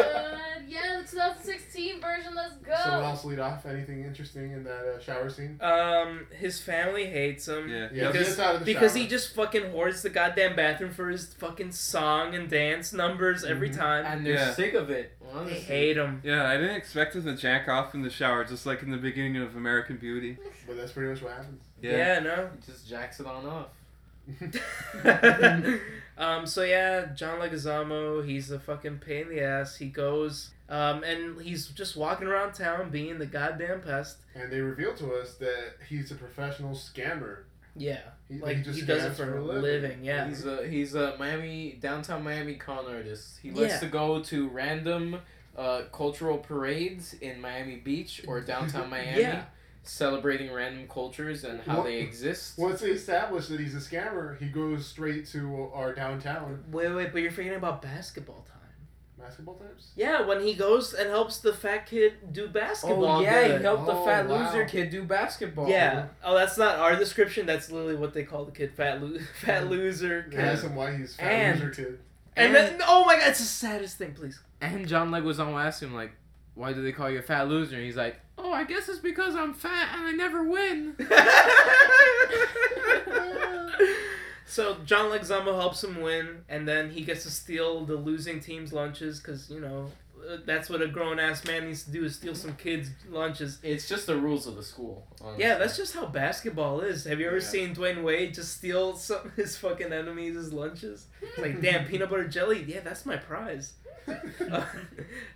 Speaker 7: Yeah, the 2016 version. Let's go.
Speaker 4: Someone else lead off. Anything interesting in that uh, shower scene?
Speaker 1: Um, his family hates him.
Speaker 2: Yeah.
Speaker 4: Yeah,
Speaker 1: Because-
Speaker 4: gets out of the
Speaker 1: Because
Speaker 4: shower.
Speaker 1: he just fucking hoards the goddamn bathroom for his fucking song and dance numbers every
Speaker 4: Mhm.
Speaker 1: time.
Speaker 3: And they're
Speaker 2: Yeah.
Speaker 3: sick of it.
Speaker 1: I
Speaker 3: Honestly.
Speaker 1: hate him.
Speaker 2: Yeah, I didn't expect him to jack off in the shower, just like in the beginning of American Beauty.
Speaker 4: But that's pretty much what happens.
Speaker 1: Yeah,
Speaker 3: He just jacks it on off.
Speaker 1: no. um. So yeah, John Leguizamo, he's a fucking pain in the ass. He goes. Um, and he's just walking around town being the goddamn pest.
Speaker 4: And they reveal to us that he's a professional scammer.
Speaker 1: Yeah,
Speaker 4: He,
Speaker 1: like he, does it
Speaker 4: scams
Speaker 1: for a living. Yeah,
Speaker 3: He's a he's a Miami downtown Miami con artist. He likes
Speaker 1: Yeah.
Speaker 3: to go to random uh, cultural parades in Miami Beach or downtown Miami,
Speaker 1: Yeah.
Speaker 3: celebrating random cultures and how
Speaker 4: What-
Speaker 3: they exist.
Speaker 4: Once they establish that he's a scammer, he goes straight to our downtown
Speaker 1: Wait, wait, but you're forgetting about basketball time.
Speaker 4: basketball times.
Speaker 1: Yeah, when he goes and helps the fat kid do basketball.
Speaker 3: Oh yeah,
Speaker 1: good.
Speaker 3: he helped
Speaker 4: Oh,
Speaker 3: the fat
Speaker 4: wow.
Speaker 3: loser kid do basketball.
Speaker 1: Yeah. Oh, that's not our description. That's literally what they call the kid, fat lo- fat loser.
Speaker 4: They
Speaker 1: Kid.
Speaker 4: ask him why he's fat
Speaker 3: And-
Speaker 4: loser kid.
Speaker 1: And
Speaker 3: Mm.
Speaker 1: then,
Speaker 3: And
Speaker 1: oh my god, it's the saddest thing. Please.
Speaker 3: and John Leguizamo asked him like, "Why do they call you a fat loser?" And he's like, "Oh, I guess it's because I'm fat and I never win."
Speaker 1: so John Leguizamo helps him win, and then he gets to steal the losing team's lunches because you know uh, that's what a grown ass man needs to do is steal some kids' lunches.
Speaker 3: It's just the rules of the school. honestly.
Speaker 1: Yeah, that's just how basketball is. Have you ever
Speaker 4: Yeah.
Speaker 1: seen Dwayne Wade just steal some his fucking enemies' lunches? It's like, damn, peanut butter jelly. Yeah, that's my prize. Uh,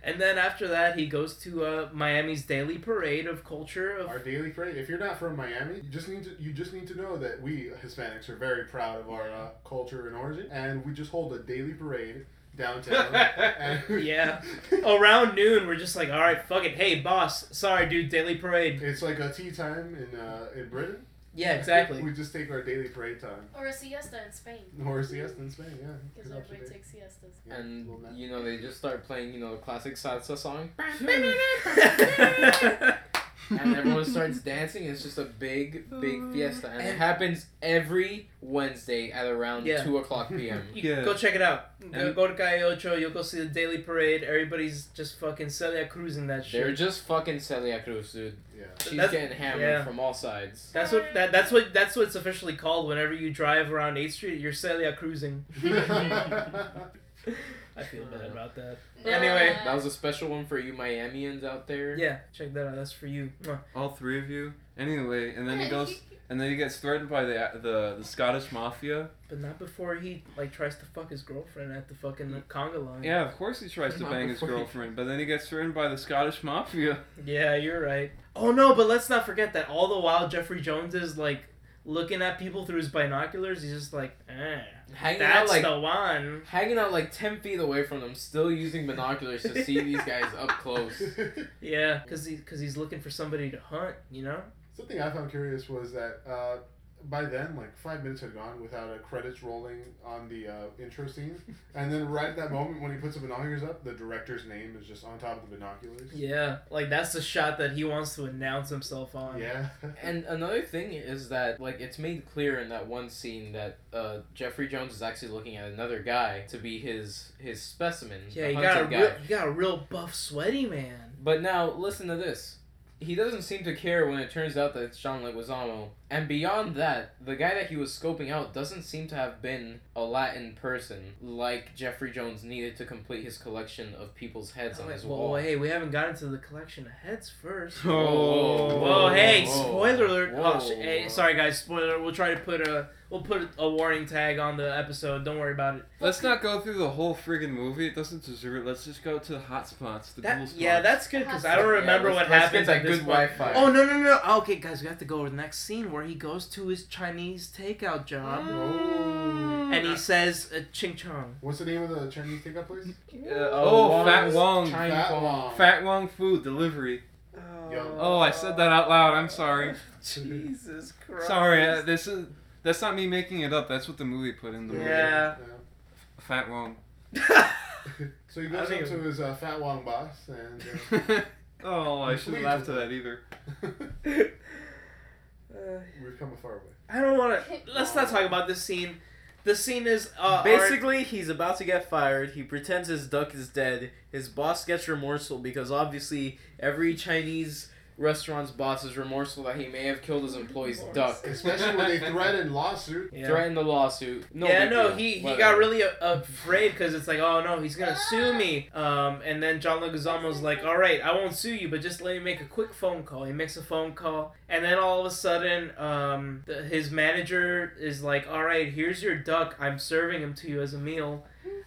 Speaker 1: and then after that, he goes to uh, Miami's daily parade of culture of
Speaker 4: Our daily parade. If you're not from Miami, you just need to you just need to know that we Hispanics are very proud of our uh, culture and origin, and we just hold a daily parade downtown. and
Speaker 1: Yeah. Oh, around noon. We're just like, all right, fuck it. Hey, boss, sorry, dude. Daily parade.
Speaker 4: It's like a tea time in uh, in Britain.
Speaker 1: Yeah, exactly.
Speaker 4: We just take our daily parade time.
Speaker 7: Or a siesta in Spain.
Speaker 4: Or a siesta in Spain, yeah.
Speaker 7: Because
Speaker 4: Good
Speaker 7: everybody
Speaker 4: observation.
Speaker 7: takes siestas.
Speaker 4: Yeah,
Speaker 3: And
Speaker 4: little nap.
Speaker 3: you know they just start playing you know the classic salsa song. and everyone starts dancing. It's just a big, big fiesta, and, it happens every Wednesday at around
Speaker 1: Yeah.
Speaker 3: two o'clock p.m.
Speaker 1: You
Speaker 2: Yeah.
Speaker 1: Go check it out. Go,
Speaker 2: And-
Speaker 1: go to Calle Ocho. You'll go see the daily parade. Everybody's just fucking Celia cruising that shit.
Speaker 3: They're just fucking Celia Cruz, dude.
Speaker 4: Yeah.
Speaker 3: She's
Speaker 1: That's-
Speaker 3: getting hammered
Speaker 1: yeah.
Speaker 3: from all sides.
Speaker 1: That's what that, that's what that's what it's officially called. Whenever you drive around 8th Street, you're Celia cruising. I feel bad about that. Anyway.
Speaker 3: That was a special one for you Miamians out there.
Speaker 1: Yeah, check that out. That's for you. Mwah.
Speaker 2: All three of you. Anyway, and then he goes, and then he gets threatened by the the, the Scottish mafia.
Speaker 1: But not before he like tries to fuck his girlfriend at the fucking conga line.
Speaker 2: Yeah, of course he tries to
Speaker 3: Not
Speaker 2: bang his
Speaker 3: before he-
Speaker 2: girlfriend, but then he gets threatened by the Scottish mafia.
Speaker 1: Yeah, you're right. Oh no, but let's not forget that all the while Jeffrey Jones is like looking at people through his binoculars. He's just like, eh,
Speaker 3: Hanging out
Speaker 1: that's
Speaker 3: like
Speaker 1: the one.
Speaker 3: hanging out like ten feet away from them, still using binoculars to see these guys up close.
Speaker 1: Yeah, because he, cause he's looking for somebody to hunt, you know?
Speaker 4: Something I found curious was that uh, by then, like five minutes had gone without a credits rolling on the uh, intro scene, and then right at that moment when he puts the binoculars up, the director's name is just on top of the binoculars.
Speaker 1: Yeah, like that's the shot that he wants to announce himself on.
Speaker 4: Yeah.
Speaker 3: And another thing is that like it's made clear in that one scene that uh, Jeffrey Jones is actually looking at another guy to be his his specimen.
Speaker 1: Yeah,
Speaker 3: the
Speaker 1: he got, a
Speaker 3: hunted guy.
Speaker 1: real, he got a real buff, sweaty man.
Speaker 3: But now listen to this. He doesn't seem to care when it turns out that it's John Leguizamo. And beyond that, the guy that he was scoping out doesn't seem to have been a Latin person like Jeffrey Jones needed to complete his collection of people's heads on
Speaker 1: Wait,
Speaker 3: his
Speaker 1: whoa,
Speaker 3: wall.
Speaker 1: hey, we haven't gotten to the collection of heads first.
Speaker 2: Oh.
Speaker 3: Whoa,
Speaker 1: Whoa, hey,
Speaker 3: whoa.
Speaker 1: spoiler alert.
Speaker 3: Whoa.
Speaker 1: Oh, sh- hey, sorry guys, spoiler. We'll try to put a we'll put a warning tag on the episode. Don't worry about it.
Speaker 2: Let's not go through the whole friggin' movie. It doesn't deserve it. Let's just go to the hot spots, the
Speaker 1: That-
Speaker 2: cool spots.
Speaker 1: yeah, that's good because I don't
Speaker 3: Yeah,
Speaker 1: remember what
Speaker 3: let's- let's
Speaker 1: happens
Speaker 3: get
Speaker 1: at
Speaker 3: that
Speaker 1: this
Speaker 3: good
Speaker 1: point.
Speaker 3: Wi-Fi.
Speaker 1: Oh no no no! Okay, guys, we have to go to the next scene where he goes to his Chinese takeout job
Speaker 4: oh.
Speaker 2: Mm.
Speaker 1: and he says uh, "Ching Chong."
Speaker 4: What's the name of the Chinese takeout place?
Speaker 2: Uh, oh, Fat Wong.
Speaker 3: China
Speaker 4: Fat
Speaker 3: Wong.
Speaker 4: Wong.
Speaker 2: Fat Wong food delivery.
Speaker 4: Yo.
Speaker 2: Oh, I said that out loud. I'm sorry.
Speaker 1: Jesus Christ.
Speaker 2: Sorry, uh, this is that's not me making it up. That's what the movie put in the movie.
Speaker 1: Yeah.
Speaker 2: Fat Wong.
Speaker 1: Uh,
Speaker 4: So he
Speaker 1: I
Speaker 4: goes
Speaker 1: think
Speaker 4: up to
Speaker 1: it
Speaker 4: his uh, Fat Wong boss and. Uh,
Speaker 2: oh, I shouldn't laugh to that either.
Speaker 4: We've come a far way.
Speaker 1: I don't want to. Let's not talk about this scene. The scene is uh, our-
Speaker 8: Basically, he's about to get fired. He pretends his duck is dead. His boss gets remorseful because obviously every Chinese.
Speaker 3: Restaurant's boss is remorseful that he may have killed his employee's duck.
Speaker 4: Especially when they threaten lawsuit.
Speaker 1: Yeah.
Speaker 3: Threatened the lawsuit. No
Speaker 1: yeah,
Speaker 3: big
Speaker 1: no,
Speaker 3: deal.
Speaker 1: he, he
Speaker 3: Whatever.
Speaker 1: got really a- afraid because it's like, oh no, he's gonna sue me. Um, and then John Leguizamo's like, all right, I won't sue you, but just let me make a quick phone call. He makes a phone call, and then all of a sudden, um, the, his manager is like, all right, here's your duck. I'm serving him to you as a meal.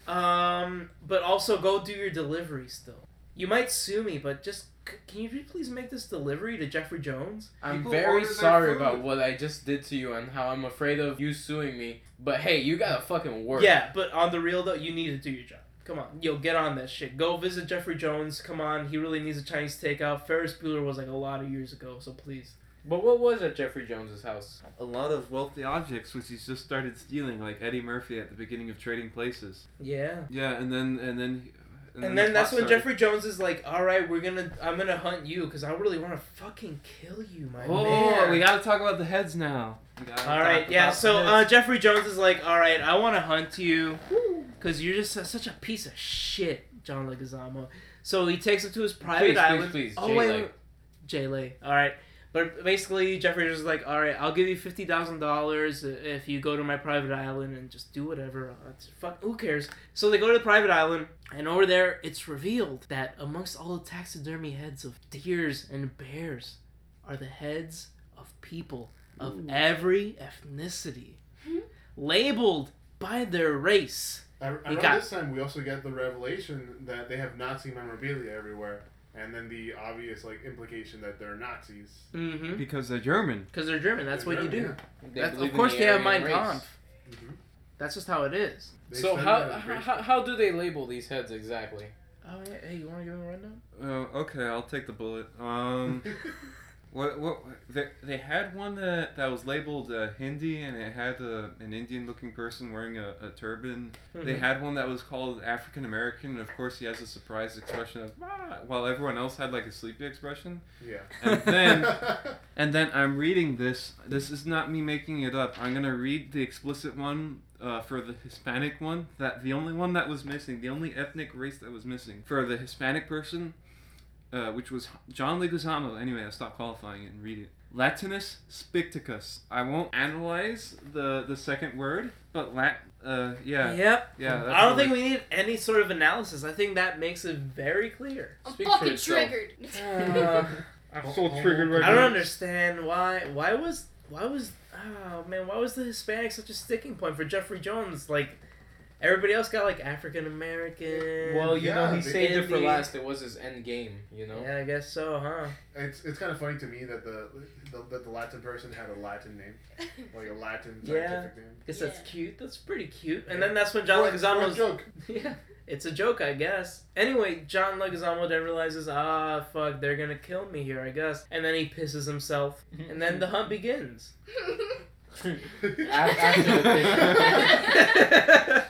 Speaker 1: Um, but also go do your delivery still. You might sue me, but just c- can you please make this delivery to Jeffrey Jones?
Speaker 3: I'm
Speaker 2: People
Speaker 3: very
Speaker 2: order their
Speaker 3: sorry
Speaker 2: food.
Speaker 3: about what I just did to you and how I'm afraid of you suing me. But hey, you gotta fucking work.
Speaker 1: Yeah, but on the real though, you need to do your job. Come on, yo, get on that shit. Go visit Jeffrey Jones. Come on, he really needs a Chinese takeout. Ferris Bueller was like a lot of years ago, so please.
Speaker 3: But what was at Jeffrey Jones's house?
Speaker 2: A lot of wealthy objects which he's just started stealing, like Eddie Murphy at the beginning of Trading Places.
Speaker 1: Yeah.
Speaker 2: Yeah, and then and then
Speaker 1: And
Speaker 2: the
Speaker 1: then that's
Speaker 2: plot
Speaker 1: when
Speaker 2: started.
Speaker 1: Jeffrey Jones is like, "All right, we're gonna, I'm gonna hunt you because I really want to fucking kill you, my
Speaker 2: Oh,
Speaker 1: man."
Speaker 2: we gotta talk about the heads now. We gotta
Speaker 1: all
Speaker 2: talk
Speaker 1: right, yeah.
Speaker 2: about
Speaker 1: So
Speaker 2: the
Speaker 1: uh,
Speaker 2: heads.
Speaker 1: Jeffrey Jones is like, "All right, I want to hunt you because you're just such a piece of shit, John Leguizamo." So he takes him to his private
Speaker 3: Please, please,
Speaker 1: island.
Speaker 3: please.
Speaker 1: Oh,
Speaker 3: Jay
Speaker 1: wait,
Speaker 3: Lake.
Speaker 1: wait. Jay Lay. All right. But basically, Jeffrey was like, all right, I'll give you fifty thousand dollars if you go to my private island and just do whatever. Uh, it's- fuck, who cares? So they go to the private island, and over there, it's revealed that amongst all the taxidermy heads of deers and bears, are the heads of people of every ethnicity, labeled by their race.
Speaker 4: I, I
Speaker 1: He
Speaker 4: remember
Speaker 1: got-
Speaker 4: this time we also get the revelation that they have Nazi memorabilia everywhere, and then the obvious like implication that they're Nazis.
Speaker 1: Mm-hmm.
Speaker 2: because they're German.
Speaker 1: Because they're German. That's what you do.
Speaker 3: They
Speaker 1: That's,
Speaker 3: believe
Speaker 1: of
Speaker 3: in
Speaker 1: course,
Speaker 3: the
Speaker 1: they have
Speaker 3: Aryan
Speaker 1: Mein
Speaker 3: race.
Speaker 1: Kampf.
Speaker 4: Mhm.
Speaker 1: That's just how it is.
Speaker 4: They
Speaker 3: So
Speaker 4: said
Speaker 3: how,
Speaker 4: that in
Speaker 3: how
Speaker 4: Grace-
Speaker 3: how- how do they label these heads exactly?
Speaker 1: Oh yeah. Hey, you want to give him a rundown?
Speaker 2: Oh, okay, I'll take the bullet. Um, What what they, they had one that that was labeled uh, Hindi and it had a, an Indian looking person wearing a, a turban. They had one that was called African American and of course he has a surprised expression of ah, while everyone else had like a sleepy expression.
Speaker 4: Yeah.
Speaker 2: And then and then I'm reading this. This is not me making it up. I'm gonna read the explicit one uh, for the Hispanic one. That the only one that was missing, the only ethnic race that was missing for the Hispanic person, uh, which was John Leguizamo. Anyway, I stopped qualifying it and read it. Latinus spictacus. I won't analyze the the second word, but lat. Uh, yeah, yeah.
Speaker 1: Yep.
Speaker 2: that's
Speaker 1: I don't
Speaker 2: the
Speaker 1: think
Speaker 2: word.
Speaker 1: we need any sort of analysis. I think that makes it very clear.
Speaker 7: I'm
Speaker 3: Speaks for
Speaker 7: fucking
Speaker 3: itself.
Speaker 7: triggered.
Speaker 1: Uh,
Speaker 2: I'm so triggered right
Speaker 1: I don't
Speaker 2: now.
Speaker 1: understand why. Why was why was oh man why was the Hispanic such a sticking point for Jeffrey Jones? Like everybody else got like African American.
Speaker 3: Well, you know,
Speaker 4: Yeah,
Speaker 3: he
Speaker 4: they-
Speaker 3: saved it for
Speaker 1: Indy.
Speaker 3: last. It was his end game, you know?
Speaker 1: yeah, I guess so, huh?
Speaker 4: it's it's kind of funny to me that the, the that the Latin person had a Latin name, like a Latin
Speaker 1: Yeah.
Speaker 4: scientific name.
Speaker 1: Guess that's
Speaker 7: Yeah.
Speaker 1: cute. That's pretty cute. And then that's when John
Speaker 4: What- what
Speaker 1: Leguizamo's
Speaker 4: joke.
Speaker 1: yeah, it's a joke, I guess. Anyway, John Leguizamo then realizes, ah, fuck, they're gonna kill me here, I guess. And then he pisses himself, and then the hunt begins.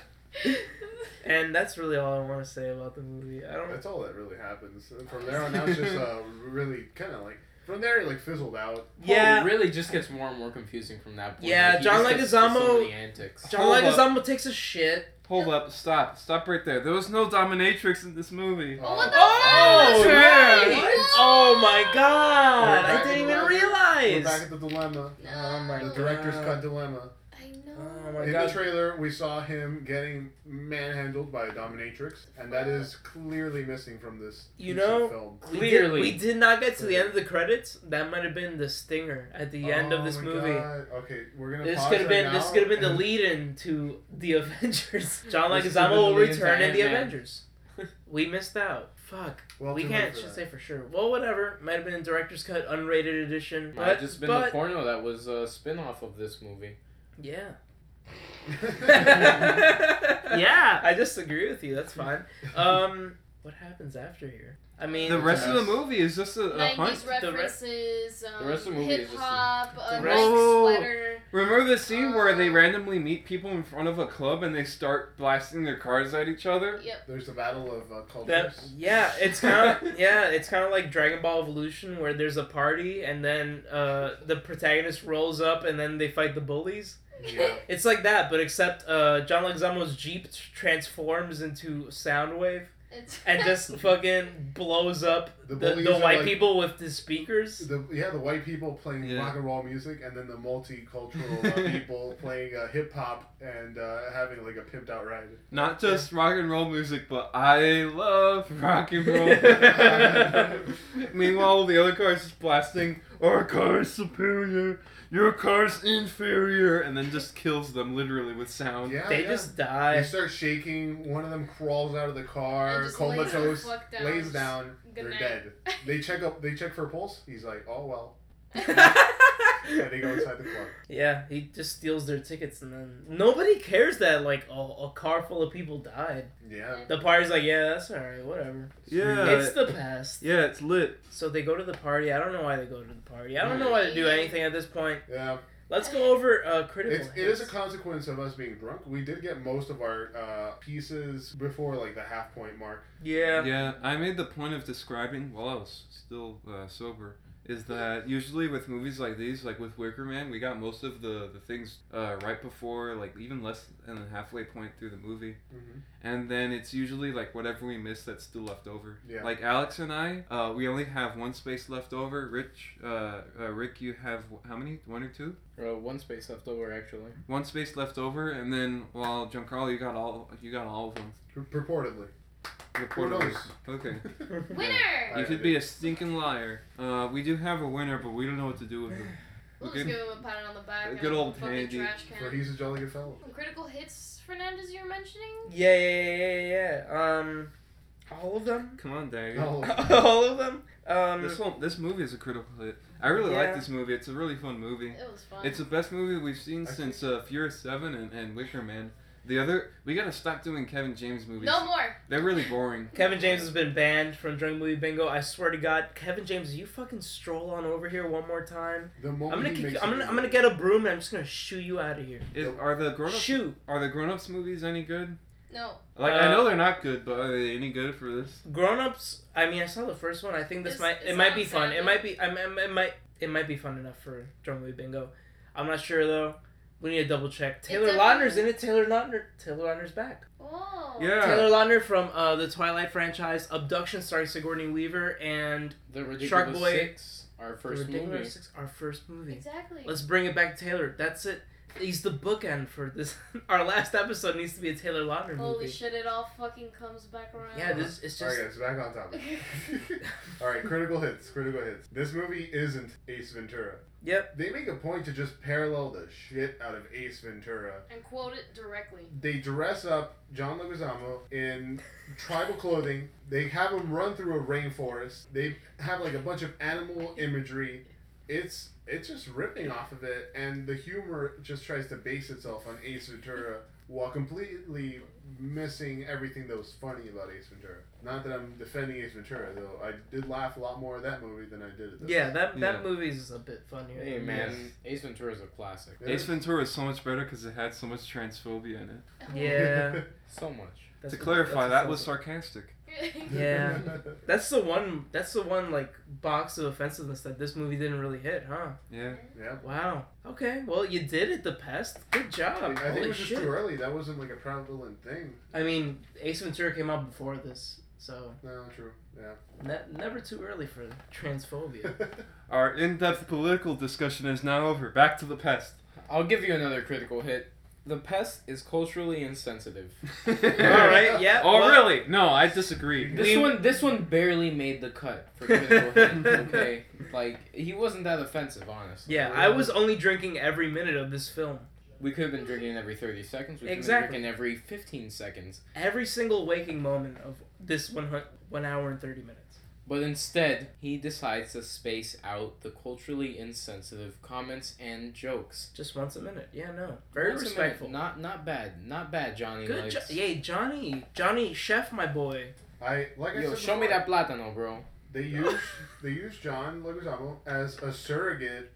Speaker 1: and that's really all I want to say about the movie. I don't.
Speaker 4: That's all that really happens. And From there on out, it's just uh, really kind of like from there, it like fizzled out.
Speaker 1: yeah,
Speaker 3: It really just gets more and more confusing from that point.
Speaker 1: Yeah,
Speaker 3: Like, he
Speaker 1: John
Speaker 3: just gets to so
Speaker 1: Leguizamo-
Speaker 3: many antics.
Speaker 1: John
Speaker 2: Hold
Speaker 1: Leguizamo takes a shit.
Speaker 2: Hold up! Stop! Stop right there. There was no dominatrix in this movie.
Speaker 7: Oh,
Speaker 4: Uh,
Speaker 7: what the
Speaker 1: Oh,
Speaker 7: fuck?
Speaker 1: yeah.
Speaker 7: That's
Speaker 1: What?
Speaker 7: right.
Speaker 1: Oh my
Speaker 4: We're
Speaker 1: god! I
Speaker 4: back
Speaker 1: didn't
Speaker 4: in
Speaker 1: even
Speaker 4: the- We're back
Speaker 1: realize.
Speaker 4: at the dilemma.
Speaker 1: Oh my
Speaker 4: The
Speaker 1: god!
Speaker 4: director's cut dilemma.
Speaker 7: I
Speaker 1: Oh
Speaker 7: know.
Speaker 1: my
Speaker 4: In the
Speaker 1: god!
Speaker 4: trailer, we saw him getting manhandled by a dominatrix, and that is clearly missing from this
Speaker 1: You
Speaker 4: piece of
Speaker 1: know-
Speaker 4: film.
Speaker 1: We
Speaker 3: Clearly.
Speaker 1: did, we did not get to the end of the credits. That might have been the stinger at the end
Speaker 4: Oh
Speaker 1: of this
Speaker 4: my
Speaker 1: movie.
Speaker 4: God. Okay, we're gonna.
Speaker 1: This
Speaker 4: pause
Speaker 1: could have
Speaker 4: right
Speaker 1: been this
Speaker 4: now
Speaker 1: could have been the
Speaker 4: and-
Speaker 1: lead-in to the Avengers. John
Speaker 3: This could've
Speaker 1: Leguizamo
Speaker 3: been
Speaker 1: will
Speaker 3: the lead-in to
Speaker 1: return in the
Speaker 3: Ant-Man.
Speaker 1: Avengers. We missed out. Fuck.
Speaker 4: Well,
Speaker 1: we
Speaker 4: too late
Speaker 1: can't
Speaker 4: for
Speaker 1: should
Speaker 4: that.
Speaker 1: say for sure. Well, whatever. Might have been a director's cut, unrated edition.
Speaker 3: Might
Speaker 1: But,
Speaker 3: have just been
Speaker 1: but
Speaker 3: the porno that was a spin off of this movie.
Speaker 1: yeah,
Speaker 4: yeah,
Speaker 1: yeah. I disagree with you. That's fine. Um, what happens after here? I mean,
Speaker 2: The rest of the
Speaker 4: Yes.
Speaker 2: movie is just a, a hunt.
Speaker 7: 90s references,
Speaker 3: The rest of the
Speaker 7: um,
Speaker 3: movie is
Speaker 7: hip
Speaker 3: just a-
Speaker 7: hop, a
Speaker 1: rest-
Speaker 2: Oh.
Speaker 7: nice sweater.
Speaker 2: Remember the scene where they randomly meet people in front of a club and they start blasting their cars at each other?
Speaker 7: Yep.
Speaker 4: There's the battle of uh,
Speaker 1: That,
Speaker 4: cultures.
Speaker 1: yeah, it's kind of yeah, it's kind of like Dragon Ball Evolution where there's a party and then uh, the protagonist rolls up and then they fight the bullies.
Speaker 4: Yeah.
Speaker 1: It's like that, but except uh, John Leguizamo's jeep t- transforms into Soundwave
Speaker 7: It's-
Speaker 1: and just fucking blows up the,
Speaker 4: The
Speaker 1: the,
Speaker 4: bullies are
Speaker 1: white
Speaker 4: like-
Speaker 1: people with the speakers.
Speaker 4: The, yeah, the white people playing
Speaker 2: Yeah.
Speaker 4: rock and roll music, and then the multicultural uh, people playing uh, hip hop and uh, having like a pimped out ride.
Speaker 2: Not just rock and roll music, but I love rock and roll. Meanwhile, the other car is just blasting, our car is superior, your car's inferior, and then just kills them literally with sound.
Speaker 4: Yeah,
Speaker 1: They
Speaker 4: Oh, yeah.
Speaker 1: just
Speaker 4: They
Speaker 1: die.
Speaker 4: start shaking. One of them crawls out of the
Speaker 7: And
Speaker 4: car,
Speaker 7: just lays the
Speaker 4: comatose,
Speaker 7: fuck down.
Speaker 4: lays down.
Speaker 7: Good
Speaker 4: they're
Speaker 7: night.
Speaker 4: dead. They check up. They check for a pulse. He's like, "Oh well," and they go inside the club.
Speaker 1: yeah, he just steals their tickets and then nobody cares that like a, a car full of people died.
Speaker 4: Yeah,
Speaker 1: The party's like, yeah, that's alright, whatever.
Speaker 2: Yeah.
Speaker 1: it's the past.
Speaker 2: yeah, it's lit.
Speaker 1: So they go to the party. I don't know why they go to the party. I don't know why they do anything at this point.
Speaker 4: yeah.
Speaker 1: Let's go over uh, critical.
Speaker 4: It's, it is a
Speaker 1: hits.
Speaker 4: consequence of us being drunk. We did get most of our uh, pieces before like the half point mark.
Speaker 1: yeah.
Speaker 2: Yeah, I made the point of describing while I was still uh, sober is that usually with movies like these, like with Wicker Man, we got most of the the things uh, right before, like even less than the halfway point through the movie,
Speaker 1: Mm-hmm.
Speaker 4: Mhm.
Speaker 2: and then it's usually like whatever we miss that's still left over.
Speaker 4: Yeah.
Speaker 2: Like Alex and I, uh, we only have one space left over. Rich, uh, uh, Rick, you have wh- how many? One or two?
Speaker 3: Uh, one space left over, actually.
Speaker 2: One space left over, and then while Giancarlo, you got all you got all of them.
Speaker 4: Pur- Purportedly. Who
Speaker 2: Reportedly.
Speaker 4: knows?
Speaker 2: Okay.
Speaker 7: Winner!
Speaker 2: You could be a stinking liar. Uh, we do have a winner, but we don't know what to do with him.
Speaker 7: We'll
Speaker 2: good-
Speaker 7: just give him a pat on the back.
Speaker 2: a
Speaker 7: and
Speaker 2: good
Speaker 7: a
Speaker 2: old
Speaker 7: fucking
Speaker 2: handy
Speaker 7: trash
Speaker 4: For
Speaker 7: can.
Speaker 4: he's a jolly good fellow.
Speaker 7: Some critical hits, Fernandez, you're mentioning?
Speaker 1: Yeah, yeah, yeah, yeah, yeah. Um, all of them.
Speaker 2: Come on, Dagger.
Speaker 1: Oh.
Speaker 4: No.
Speaker 1: all of them. Um,
Speaker 2: This whole, this movie is a critical hit. I really like
Speaker 1: Yeah.
Speaker 2: this movie. It's a really fun movie.
Speaker 7: It was fun.
Speaker 2: It's the best movie we've seen
Speaker 4: I
Speaker 2: since uh, Furious Seven and, and Wicker Man. The other, we gotta stop doing Kevin James movies.
Speaker 7: No more.
Speaker 2: They're really boring.
Speaker 1: Kevin James has been banned from Drunk Movie Bingo. I swear to God, Kevin James, you fucking stroll on over here one more time.
Speaker 4: The moment
Speaker 1: I'm gonna,
Speaker 4: he
Speaker 1: kick,
Speaker 4: makes
Speaker 1: I'm
Speaker 4: a
Speaker 1: gonna, I'm gonna
Speaker 4: video-
Speaker 1: get a broom and I'm just gonna shoo you out of here.
Speaker 2: Is, are the grown ups
Speaker 1: Shoo!
Speaker 2: are the grown ups movies any good?
Speaker 7: No.
Speaker 2: Like I
Speaker 1: Uh,
Speaker 2: know they're not good, but are they any good for this?
Speaker 1: Grown ups. I mean, I saw the first one. I think this
Speaker 7: It's-
Speaker 1: might.
Speaker 7: it's
Speaker 1: It might
Speaker 7: not
Speaker 1: be fun. It
Speaker 7: sounding-
Speaker 1: might be. I mean, it might. It might be fun enough for Drunk Movie Bingo. I'm not sure though. We need to double check. Taylor
Speaker 7: definitely-
Speaker 1: Lautner's in it. Taylor Lautner. Taylor Lautner's back.
Speaker 7: Whoa.
Speaker 2: Yeah.
Speaker 1: Taylor Lautner from uh, the Twilight franchise, Abduction, starring Sigourney Weaver and
Speaker 3: The ridiculous
Speaker 1: Boy.
Speaker 3: Six, our
Speaker 1: The
Speaker 3: first
Speaker 1: Ridiculous
Speaker 3: movie.
Speaker 1: Six, our first movie.
Speaker 7: Exactly.
Speaker 1: Let's bring it back, to Taylor. That's it. He's the bookend for this. Our last episode needs to be a Taylor Lautner
Speaker 7: Holy
Speaker 1: movie.
Speaker 7: shit! It all fucking comes back around.
Speaker 1: yeah, this it's
Speaker 4: All
Speaker 1: just.
Speaker 4: right, guys, back on topic. All right, critical hits, critical hits. This movie isn't Ace Ventura.
Speaker 1: Yep.
Speaker 4: They make a point to just parallel the shit out of Ace Ventura.
Speaker 7: and quote it directly.
Speaker 4: They dress up John Leguizamo in tribal clothing. They have him run through a rainforest. They have like a bunch of animal imagery. It's it's just ripping off of it, and the humor just tries to base itself on Ace Ventura while completely missing everything that was funny about Ace Ventura. Not that I'm defending Ace Ventura, though. I did laugh a lot more at that movie than I did at this.
Speaker 1: Yeah, that that
Speaker 2: Yeah.
Speaker 1: movie's a bit funnier.
Speaker 3: Hey man, Ace Ventura is a classic.
Speaker 4: It
Speaker 2: Ace
Speaker 4: is-
Speaker 2: Ventura is so much better because it had so much transphobia in it.
Speaker 1: Yeah.
Speaker 3: So much.
Speaker 1: That's
Speaker 2: to
Speaker 1: what-
Speaker 2: clarify,
Speaker 1: that's
Speaker 2: that
Speaker 1: what-
Speaker 2: was sarcastic.
Speaker 1: Yeah. That's the one. That's the one like box of offensiveness that this movie didn't really hit, huh?
Speaker 2: Yeah.
Speaker 4: yeah.
Speaker 1: Wow. Okay. Well, you did it. The pest. Good
Speaker 4: I
Speaker 1: job.
Speaker 4: think it
Speaker 1: Holy
Speaker 4: was just
Speaker 1: shit.
Speaker 4: too early. That wasn't like a prevalent thing.
Speaker 1: I mean, Ace Ventura came out before this, so
Speaker 4: No, true. Yeah.
Speaker 1: ne- never too early for transphobia.
Speaker 2: Our in-depth political discussion is now over. Back to the pest.
Speaker 3: I'll give you another critical hit. The pest is culturally insensitive.
Speaker 2: All
Speaker 1: All right. Yeah.
Speaker 2: Oh
Speaker 1: well-
Speaker 2: really? No, I disagree.
Speaker 3: This
Speaker 1: We-
Speaker 3: one, this one barely made the cut for critical hit. Okay, like he wasn't that offensive, honestly.
Speaker 1: Yeah, I was only drinking every minute of this film.
Speaker 3: We could have been drinking every thirty seconds. We could
Speaker 1: Exactly.
Speaker 3: have been drinking every fifteen seconds.
Speaker 1: Every single waking moment of this one hun- one hour and thirty minutes.
Speaker 3: But instead, he decides to space out the culturally insensitive comments and jokes.
Speaker 1: Just once a minute. Yeah. No. Very
Speaker 3: Once a minute,
Speaker 1: respectful.
Speaker 3: Not not bad. Not bad, Johnny.
Speaker 1: Good
Speaker 3: Legs.
Speaker 1: job. Yay, Johnny. Johnny, chef, my boy.
Speaker 4: I like I
Speaker 3: Yo,
Speaker 4: said.
Speaker 3: show me
Speaker 4: before,
Speaker 3: that platano, bro.
Speaker 4: They use they use John Leguizamo as a surrogate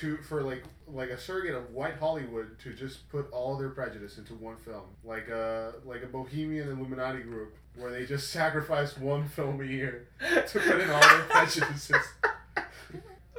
Speaker 4: to for like like a surrogate of white Hollywood to just put all their prejudice into one film, like a like a Bohemian Illuminati group where they just sacrifice one film a year to put in all their prejudices.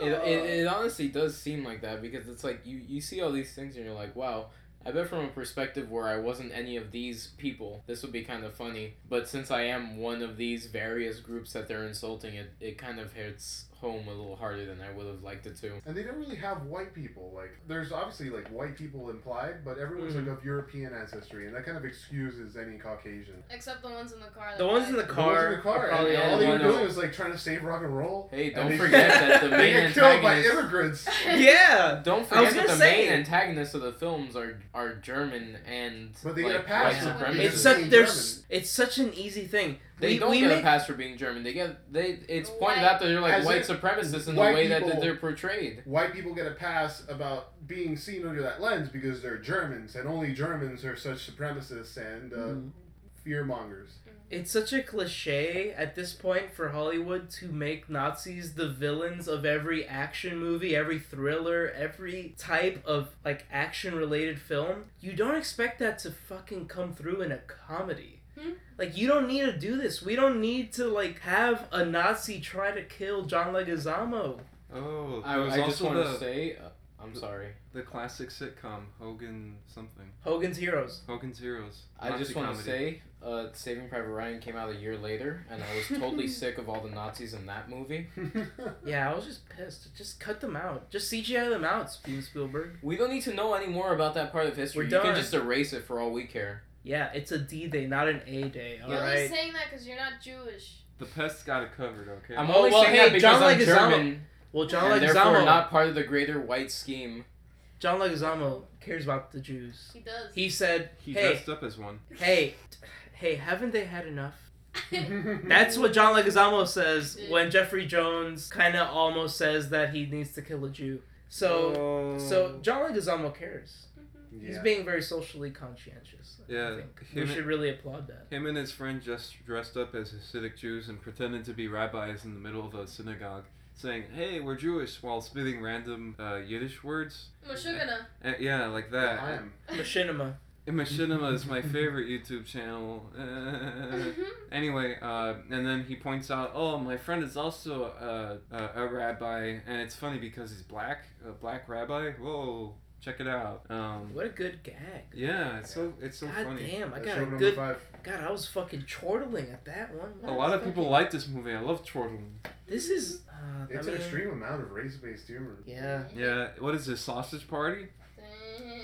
Speaker 3: It,
Speaker 4: Uh.
Speaker 3: it, it honestly does seem like that because it's like you, you see all these things and you're like, wow, I bet from a perspective where I wasn't any of these people, this would be kind of funny. But since I am one of these various groups that they're insulting, it, it kind of hits home a little harder than I would have liked it to.
Speaker 4: And they don't really have white people. Like, there's obviously like white people implied, but everyone's
Speaker 3: Mm-hmm.
Speaker 1: Mhm.
Speaker 4: like of European ancestry, and that kind of excuses any Caucasian.
Speaker 7: Except the ones in the car.
Speaker 1: The
Speaker 7: that
Speaker 1: ones in
Speaker 7: died.
Speaker 1: the car.
Speaker 4: The ones in the car,
Speaker 1: are
Speaker 4: and
Speaker 1: probably
Speaker 3: Yeah,
Speaker 4: all
Speaker 1: all
Speaker 4: they
Speaker 3: yeah,
Speaker 4: were
Speaker 3: yeah.
Speaker 4: doing was like trying to save rock and roll.
Speaker 3: Hey,
Speaker 4: And
Speaker 3: don't
Speaker 4: they-
Speaker 3: forget that the
Speaker 4: They
Speaker 3: main
Speaker 4: get killed by
Speaker 3: antagonist.
Speaker 4: immigrants.
Speaker 1: Yeah.
Speaker 3: Don't
Speaker 1: I was
Speaker 3: forget that
Speaker 1: gonna
Speaker 3: the
Speaker 1: say-
Speaker 3: main antagonists of the films are are German and
Speaker 4: But they get
Speaker 3: like,
Speaker 4: a pass
Speaker 7: for
Speaker 3: white supremacists.
Speaker 7: being
Speaker 1: It's
Speaker 7: German.
Speaker 1: such there's it's such an easy thing.
Speaker 3: They
Speaker 1: we,
Speaker 3: don't
Speaker 1: we
Speaker 3: get
Speaker 1: make,
Speaker 3: a pass for being German. They get they. It's pointed
Speaker 7: White-
Speaker 3: out that they're like
Speaker 4: As
Speaker 3: white
Speaker 4: if
Speaker 3: supremacists in the
Speaker 4: white
Speaker 3: way that
Speaker 4: people-
Speaker 3: that they're portrayed.
Speaker 4: White people get a pass about being seen under that lens because they're Germans, and only Germans are such supremacists and uh, fear mongers.
Speaker 1: It's such a cliche at this point for Hollywood to make Nazis the villains of every action movie, every thriller, every type of like action related film. You don't expect that to fucking come through in a comedy.
Speaker 7: Hmm.
Speaker 1: Like you don't need to do this. We don't need to like have a Nazi try to kill John Leguizamo.
Speaker 2: Oh,
Speaker 3: I,
Speaker 2: there was
Speaker 3: I just
Speaker 2: also
Speaker 3: want
Speaker 2: the,
Speaker 3: to say, uh, I'm sorry.
Speaker 2: the classic sitcom Hogan something.
Speaker 1: Hogan's Heroes.
Speaker 2: Hogan's Heroes.
Speaker 3: I just
Speaker 2: Nazi
Speaker 3: want
Speaker 2: comedy.
Speaker 3: to say, uh, Saving Private Ryan came out a year later, and I was totally sick of all the Nazis in that movie.
Speaker 1: Yeah, I was just pissed. Just cut them out. Just CGI them out, Steven Spielberg.
Speaker 3: We don't need to know any more about that part of history.
Speaker 1: We're
Speaker 3: you
Speaker 1: done.
Speaker 3: can just erase it for all we care.
Speaker 1: Yeah, it's a D day, not an A day. All
Speaker 7: You're
Speaker 1: right.
Speaker 7: only saying that because you're not Jewish.
Speaker 2: the pest got it covered. Okay.
Speaker 3: I'm
Speaker 1: Oh,
Speaker 3: only
Speaker 1: well,
Speaker 3: saying
Speaker 1: hey,
Speaker 3: that because
Speaker 1: John
Speaker 3: I'm
Speaker 1: Leguizamo-
Speaker 3: German,
Speaker 1: Well, John
Speaker 3: and
Speaker 1: Leguizamo.
Speaker 3: therefore not part of the greater white scheme.
Speaker 1: John Leguizamo cares about the Jews.
Speaker 7: He does.
Speaker 1: He said,
Speaker 2: he
Speaker 1: "Hey,
Speaker 2: dressed up as one.
Speaker 1: hey, hey, haven't they had enough?" That's what John Leguizamo says when Jeffrey Jones kind of almost says that he needs to kill a Jew. So, so John Leguizamo cares. He's
Speaker 4: Yeah.
Speaker 1: being very socially conscientious. I
Speaker 2: Yeah,
Speaker 1: think. we
Speaker 2: him-
Speaker 1: should really applaud that.
Speaker 2: Him and his friend just dressed up as Hasidic Jews and pretended to be rabbis in the middle of a synagogue, saying, "Hey, we're Jewish," while spitting random uh, Yiddish words.
Speaker 1: Mm-hmm.
Speaker 7: Mashugana.
Speaker 2: Uh, yeah, like that.
Speaker 4: I am.
Speaker 1: Machinima.
Speaker 2: And Machinima is my favorite YouTube channel.
Speaker 1: Uh-huh.
Speaker 2: Uh,
Speaker 7: Mm-hmm.
Speaker 2: anyway, uh, and then he points out, "Oh, my friend is also a, a, a rabbi," and it's funny because he's black, a black rabbi. Whoa, check it out. Um,
Speaker 1: What a good gag.
Speaker 2: yeah, it's so it's so
Speaker 1: God
Speaker 2: funny.
Speaker 1: damn, I
Speaker 4: That's
Speaker 1: got a
Speaker 4: show number
Speaker 1: good.
Speaker 4: five. Oh.
Speaker 1: God, I was fucking chortling at that one.
Speaker 2: A
Speaker 1: What
Speaker 2: lot of
Speaker 1: fucking-
Speaker 2: people like this movie. I love chortling.
Speaker 1: This is. Uh,
Speaker 4: It's
Speaker 1: I
Speaker 4: an
Speaker 1: mean,
Speaker 4: extreme amount of race-based humor.
Speaker 1: Yeah.
Speaker 2: Yeah, what is this sausage party?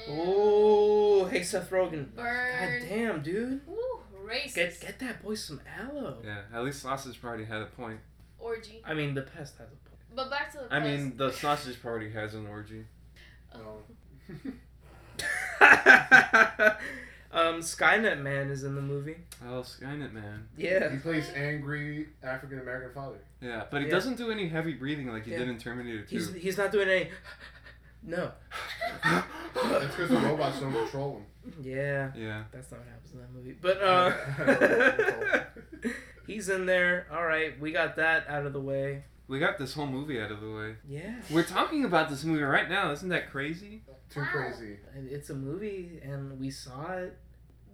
Speaker 1: Oh, hey Seth Rogen. God
Speaker 7: Burn.
Speaker 1: damn, dude.
Speaker 7: Ooh, racist.
Speaker 1: Get get that boy some aloe.
Speaker 2: Yeah, at least sausage party had a point.
Speaker 7: Orgy.
Speaker 1: I mean, the pest has a point.
Speaker 7: But back to the
Speaker 2: I
Speaker 7: past.
Speaker 2: mean, the sausage party has an orgy.
Speaker 4: Oh.
Speaker 1: um, Skynet Man is in the movie.
Speaker 2: Oh, Skynet man.
Speaker 4: he
Speaker 1: Yeah.
Speaker 4: plays angry African American father.
Speaker 2: Yeah, but he
Speaker 1: Yeah.
Speaker 2: doesn't do any heavy breathing like he
Speaker 1: Yeah.
Speaker 2: did in Terminator Two.
Speaker 1: He's he's not doing any. No.
Speaker 4: That's because the robots don't control him.
Speaker 1: Yeah.
Speaker 2: yeah.
Speaker 1: That's not what happens in that movie. But uh, he's in there. All right, we got that out of the way.
Speaker 2: We got this whole movie out of the way.
Speaker 1: Yeah.
Speaker 2: We're talking about this movie right now. Isn't that crazy?
Speaker 4: Too crazy.
Speaker 1: And It's a movie, and we saw it.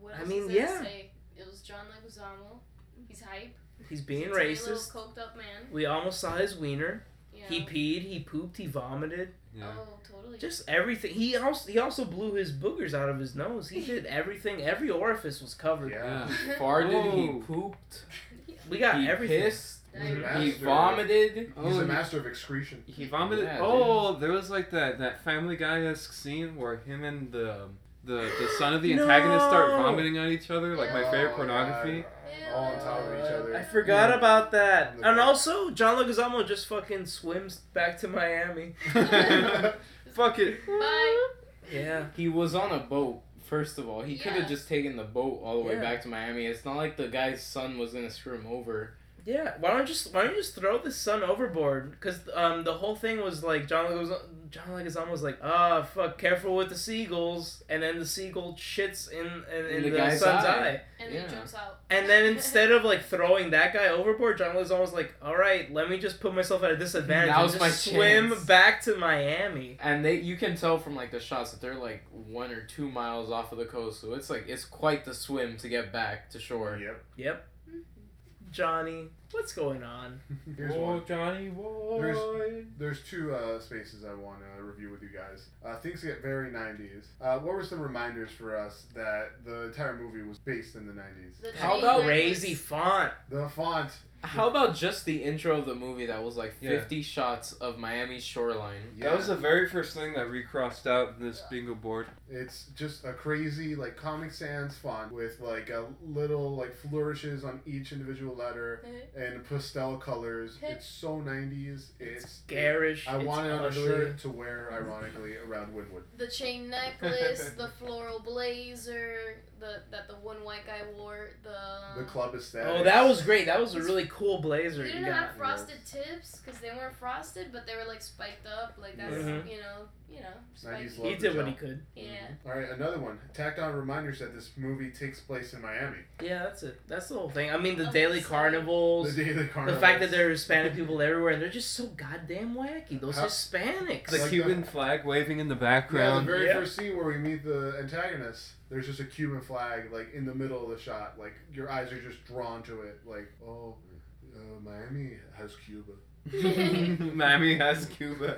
Speaker 7: what
Speaker 1: I
Speaker 7: else
Speaker 1: mean,
Speaker 7: is there to
Speaker 1: yeah.
Speaker 7: Say? It was John Leguizamo. He's hype.
Speaker 1: He's being
Speaker 7: He's a tiny
Speaker 1: racist.
Speaker 7: Little coked up man.
Speaker 1: We almost saw his wiener.
Speaker 7: Yeah.
Speaker 1: He peed. He pooped. He vomited.
Speaker 2: Yeah.
Speaker 7: Oh, totally.
Speaker 1: Just everything. He also he also blew his boogers out of his nose. He did everything. Every orifice was covered.
Speaker 4: Yeah.
Speaker 3: Farted,
Speaker 2: Whoa.
Speaker 3: he pooped,
Speaker 1: We got
Speaker 3: he
Speaker 1: everything.
Speaker 3: pissed,
Speaker 4: He's a
Speaker 7: Diarrhea.
Speaker 3: he
Speaker 4: master.
Speaker 3: vomited.
Speaker 4: He's
Speaker 2: Oh,
Speaker 4: a
Speaker 2: he-
Speaker 4: master of excretion.
Speaker 2: He vomited.
Speaker 3: Yeah, dude.
Speaker 2: oh, there was like that that Family Guy esque scene where him and the the the son of the
Speaker 1: No.
Speaker 2: antagonist start vomiting on each other. Like my favorite
Speaker 4: Oh,
Speaker 2: pornography. Uh,
Speaker 4: yeah. All on top of each other.
Speaker 1: I forgot about that.
Speaker 4: Yeah.
Speaker 1: And also, John Leguizamo just fucking swims back to Miami.
Speaker 2: Fuck it.
Speaker 7: Bye.
Speaker 1: Yeah.
Speaker 3: He was on a boat. First of all, he could
Speaker 7: Yeah.
Speaker 3: have just taken the boat all the way
Speaker 1: Yeah.
Speaker 3: back to Miami. It's not like the guy's son was gonna screw him over.
Speaker 1: Yeah, why don't you just why don't you just throw the son overboard? Because um the whole thing was like John Leguizamo, John Leguizamo was like, ah, fuck, careful with the seagulls, and then the seagull shits in in, in, the,
Speaker 3: guy's
Speaker 1: son's eye.
Speaker 3: eye.
Speaker 7: And
Speaker 3: Yeah.
Speaker 7: he jumps out.
Speaker 1: And then instead of like throwing that guy overboard, John Leguizamo was like, all right, let me just put myself at a disadvantage.
Speaker 3: Now's
Speaker 1: and
Speaker 3: my
Speaker 1: just swim
Speaker 3: chance."
Speaker 1: back to Miami.
Speaker 3: And they, you can tell from like the shots that they're like one or two miles off of the coast, so it's like it's quite the swim to get back to shore.
Speaker 4: Yep.
Speaker 1: Yep, Johnny, what's going on?
Speaker 4: Here's one.
Speaker 2: Johnny,
Speaker 4: There's- There's two uh, spaces I want to review with you guys. Uh, things get very 90s. Uh, what were some reminders for us that the entire movie was based in the 90s?
Speaker 7: The
Speaker 3: How
Speaker 7: tree
Speaker 3: about
Speaker 7: line
Speaker 1: Crazy
Speaker 7: was-
Speaker 1: font.
Speaker 4: The font.
Speaker 3: How about just the intro of the movie that was like
Speaker 2: Yeah.
Speaker 3: 50 shots of Miami's shoreline?
Speaker 4: Yeah,
Speaker 2: That was the very first thing that recrossed out in this bingo board.
Speaker 4: it's just a crazy like Comic Sans font with like a little like flourishes on each individual letter and pastel colors. It's so 90s. It's,
Speaker 1: It's garish.
Speaker 4: I
Speaker 1: it's
Speaker 4: want it on a
Speaker 1: ugly.
Speaker 4: shirt to wear, ironically, around Winwood.
Speaker 7: The chain necklace, the floral blazer, the that the one white guy wore, the um,
Speaker 4: The club is
Speaker 1: Oh, that was great. That was a really cool blazer.
Speaker 7: They
Speaker 1: You
Speaker 7: didn't
Speaker 1: got.
Speaker 7: have frosted tips because they weren't frosted, but they were like spiked up, like that's
Speaker 1: Mhm.
Speaker 7: you know, you know,
Speaker 4: Nineties
Speaker 7: spiky.
Speaker 4: love.
Speaker 1: He did what he could.
Speaker 7: Yeah,
Speaker 4: All right, another one. Tacked on reminders that this movie takes place in Miami.
Speaker 1: Yeah, that's it. That's the whole thing. I mean, the
Speaker 7: Of
Speaker 1: daily
Speaker 7: the sun.
Speaker 4: The
Speaker 1: carnivals, the,
Speaker 4: day of the carnival.
Speaker 1: fact that there are Hispanic people everywhere, and they're just so goddamn wacky. Those
Speaker 4: How-
Speaker 1: Hispanics.
Speaker 2: The
Speaker 4: Like
Speaker 2: Cuban
Speaker 4: the-
Speaker 2: flag waving in the
Speaker 4: yeah, the
Speaker 2: background.
Speaker 4: very
Speaker 1: Yeah.
Speaker 4: first scene where we meet the antagonist, there's just a Cuban flag like in the middle of the shot. Like your eyes are just drawn to it. Like oh, uh, Miami has Cuba.
Speaker 2: Miami has Cuba.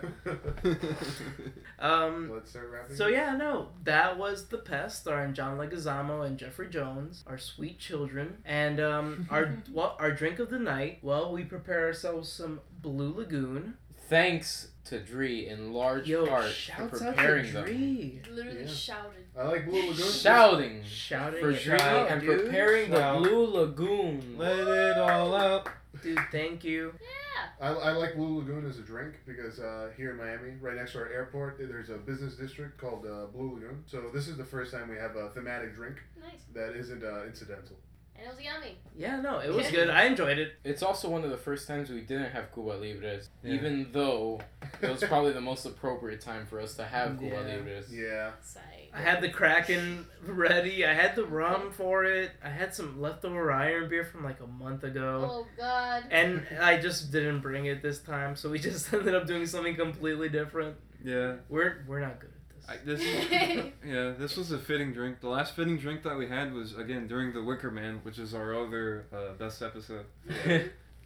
Speaker 1: um.
Speaker 4: Let's start wrapping.
Speaker 1: So
Speaker 4: up.
Speaker 1: yeah, no, that was the pest starring John Leguizamo and Jeffrey Jones, our sweet children, and um, our well, our drink of the night. Well, we prepare ourselves some Blue Lagoon.
Speaker 3: Thanks to Dree in large
Speaker 1: Yo,
Speaker 3: part for
Speaker 1: shouts out to
Speaker 3: preparing them.
Speaker 1: Dree.
Speaker 7: literally
Speaker 4: Yeah.
Speaker 7: shouted.
Speaker 4: I like Blue Lagoon.
Speaker 3: Shouting
Speaker 1: Shouting
Speaker 3: Mm-hmm. for
Speaker 1: it
Speaker 3: Dree
Speaker 1: out,
Speaker 3: and
Speaker 1: dude.
Speaker 3: preparing the
Speaker 2: Shout.
Speaker 3: Blue Lagoon.
Speaker 2: Let it all out.
Speaker 1: Dude, thank you.
Speaker 7: Yeah,
Speaker 4: I, I like Blue Lagoon as a drink because uh, here in Miami, right next to our airport, there's a business district called uh, Blue Lagoon. So this is the first time we have a thematic drink
Speaker 7: nice.
Speaker 4: that isn't uh, incidental.
Speaker 7: and it was yummy.
Speaker 1: Yeah, no, it was good. I enjoyed it.
Speaker 3: It's also one of the first times we didn't have Cuba Libres,
Speaker 2: Yeah.
Speaker 3: even though it was probably the most appropriate time for us to have Cuba
Speaker 1: Yeah.
Speaker 3: Libres.
Speaker 4: yeah.
Speaker 7: Sigh.
Speaker 1: I had the Kraken ready. I had the rum for it. I had some leftover iron beer from like a month ago.
Speaker 7: Oh God.
Speaker 1: And I just didn't bring it this time, so we just ended up doing something completely different.
Speaker 2: Yeah.
Speaker 1: We're we're not good at this.
Speaker 2: I, this yeah, this was a fitting drink. The last fitting drink that we had was again during the Wicker Man, which is our other uh, best episode. Uh,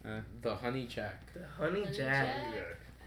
Speaker 2: Yeah.
Speaker 3: the honey jack.
Speaker 1: The honey
Speaker 7: Honey
Speaker 1: jack.
Speaker 7: Jack.
Speaker 4: yeah.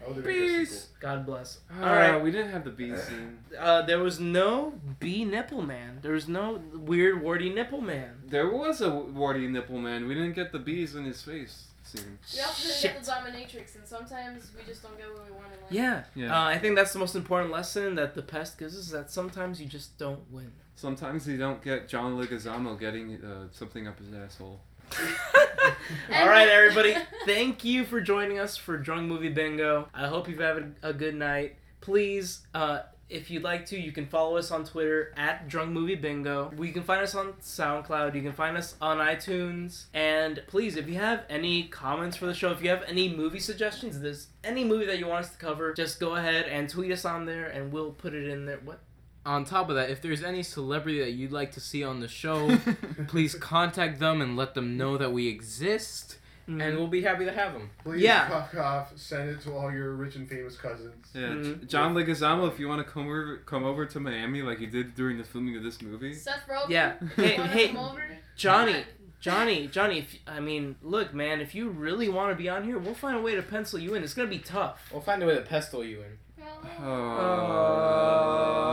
Speaker 4: Oh, they're making a sequel.
Speaker 1: God bless.
Speaker 2: All right,
Speaker 1: Alright.
Speaker 2: we didn't have the B scene.
Speaker 1: Uh, there was no B nipple man. There was no weird warty nipple man.
Speaker 2: There was a warty nipple man. We didn't get the bees in his face scene.
Speaker 7: We also didn't
Speaker 1: Shit.
Speaker 7: get the dominatrix, and sometimes we just don't get what we want in life.
Speaker 1: Yeah.
Speaker 2: Yeah.
Speaker 1: Uh, I think that's the most important lesson that the pest gives us is that sometimes you just don't win.
Speaker 2: Sometimes you don't get John Leguizamo getting uh, something up his asshole.
Speaker 1: All right, everybody. Thank you for joining us for Drunk Movie Bingo. I hope you've had a good night. Please, uh, if you'd like to, you can follow us on Twitter at Drunk Movie Bingo. We can find us on SoundCloud. You can find us on iTunes. And please, if you have any comments for the show, if you have any movie suggestions, if there's any movie that you want us to cover, just go ahead and tweet us on there, and we'll put it in there. What?
Speaker 3: On top of that, if there's any celebrity that you'd like to see on the show, please contact them and let them know that we exist, and we'll be happy to have them.
Speaker 4: Please
Speaker 1: Yeah.
Speaker 4: cough cough. Send it to all your rich and famous cousins.
Speaker 2: Yeah, J-
Speaker 1: Mhm.
Speaker 2: John Leguizamo, if you want to come over, come over to Miami like you did during the filming of this movie.
Speaker 7: Seth Rogen.
Speaker 1: Yeah.
Speaker 7: You
Speaker 1: Hey,
Speaker 7: wanna
Speaker 1: hey,
Speaker 7: come over?
Speaker 1: Johnny. Johnny, Johnny, if, I mean, look, man, if you really want to be on here, we'll find a way to pencil you in. It's going to be tough.
Speaker 3: We'll find a way to pestle you in.
Speaker 2: Oh,
Speaker 7: Hello.
Speaker 2: Uh,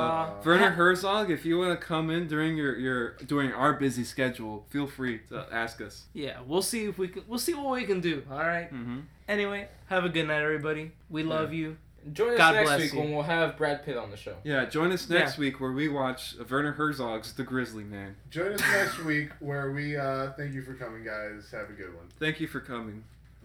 Speaker 1: Aw.
Speaker 2: Werner Herzog, if you want to come in during your, your during our busy schedule, feel free to ask us.
Speaker 1: Yeah, we'll see if we can, we'll see what we can do, all right?
Speaker 2: Mm-hmm.
Speaker 1: Anyway, have a good night, everybody. We love you.
Speaker 3: Join us
Speaker 1: God
Speaker 3: next
Speaker 1: bless
Speaker 3: week
Speaker 1: you.
Speaker 3: when we'll have Brad Pitt on the show.
Speaker 2: Yeah, join us next
Speaker 1: Yeah.
Speaker 2: week where we watch Werner Herzog's The Grizzly Man.
Speaker 4: Join us next week where we uh, thank you for coming, guys. Have a good one.
Speaker 2: Thank you for coming.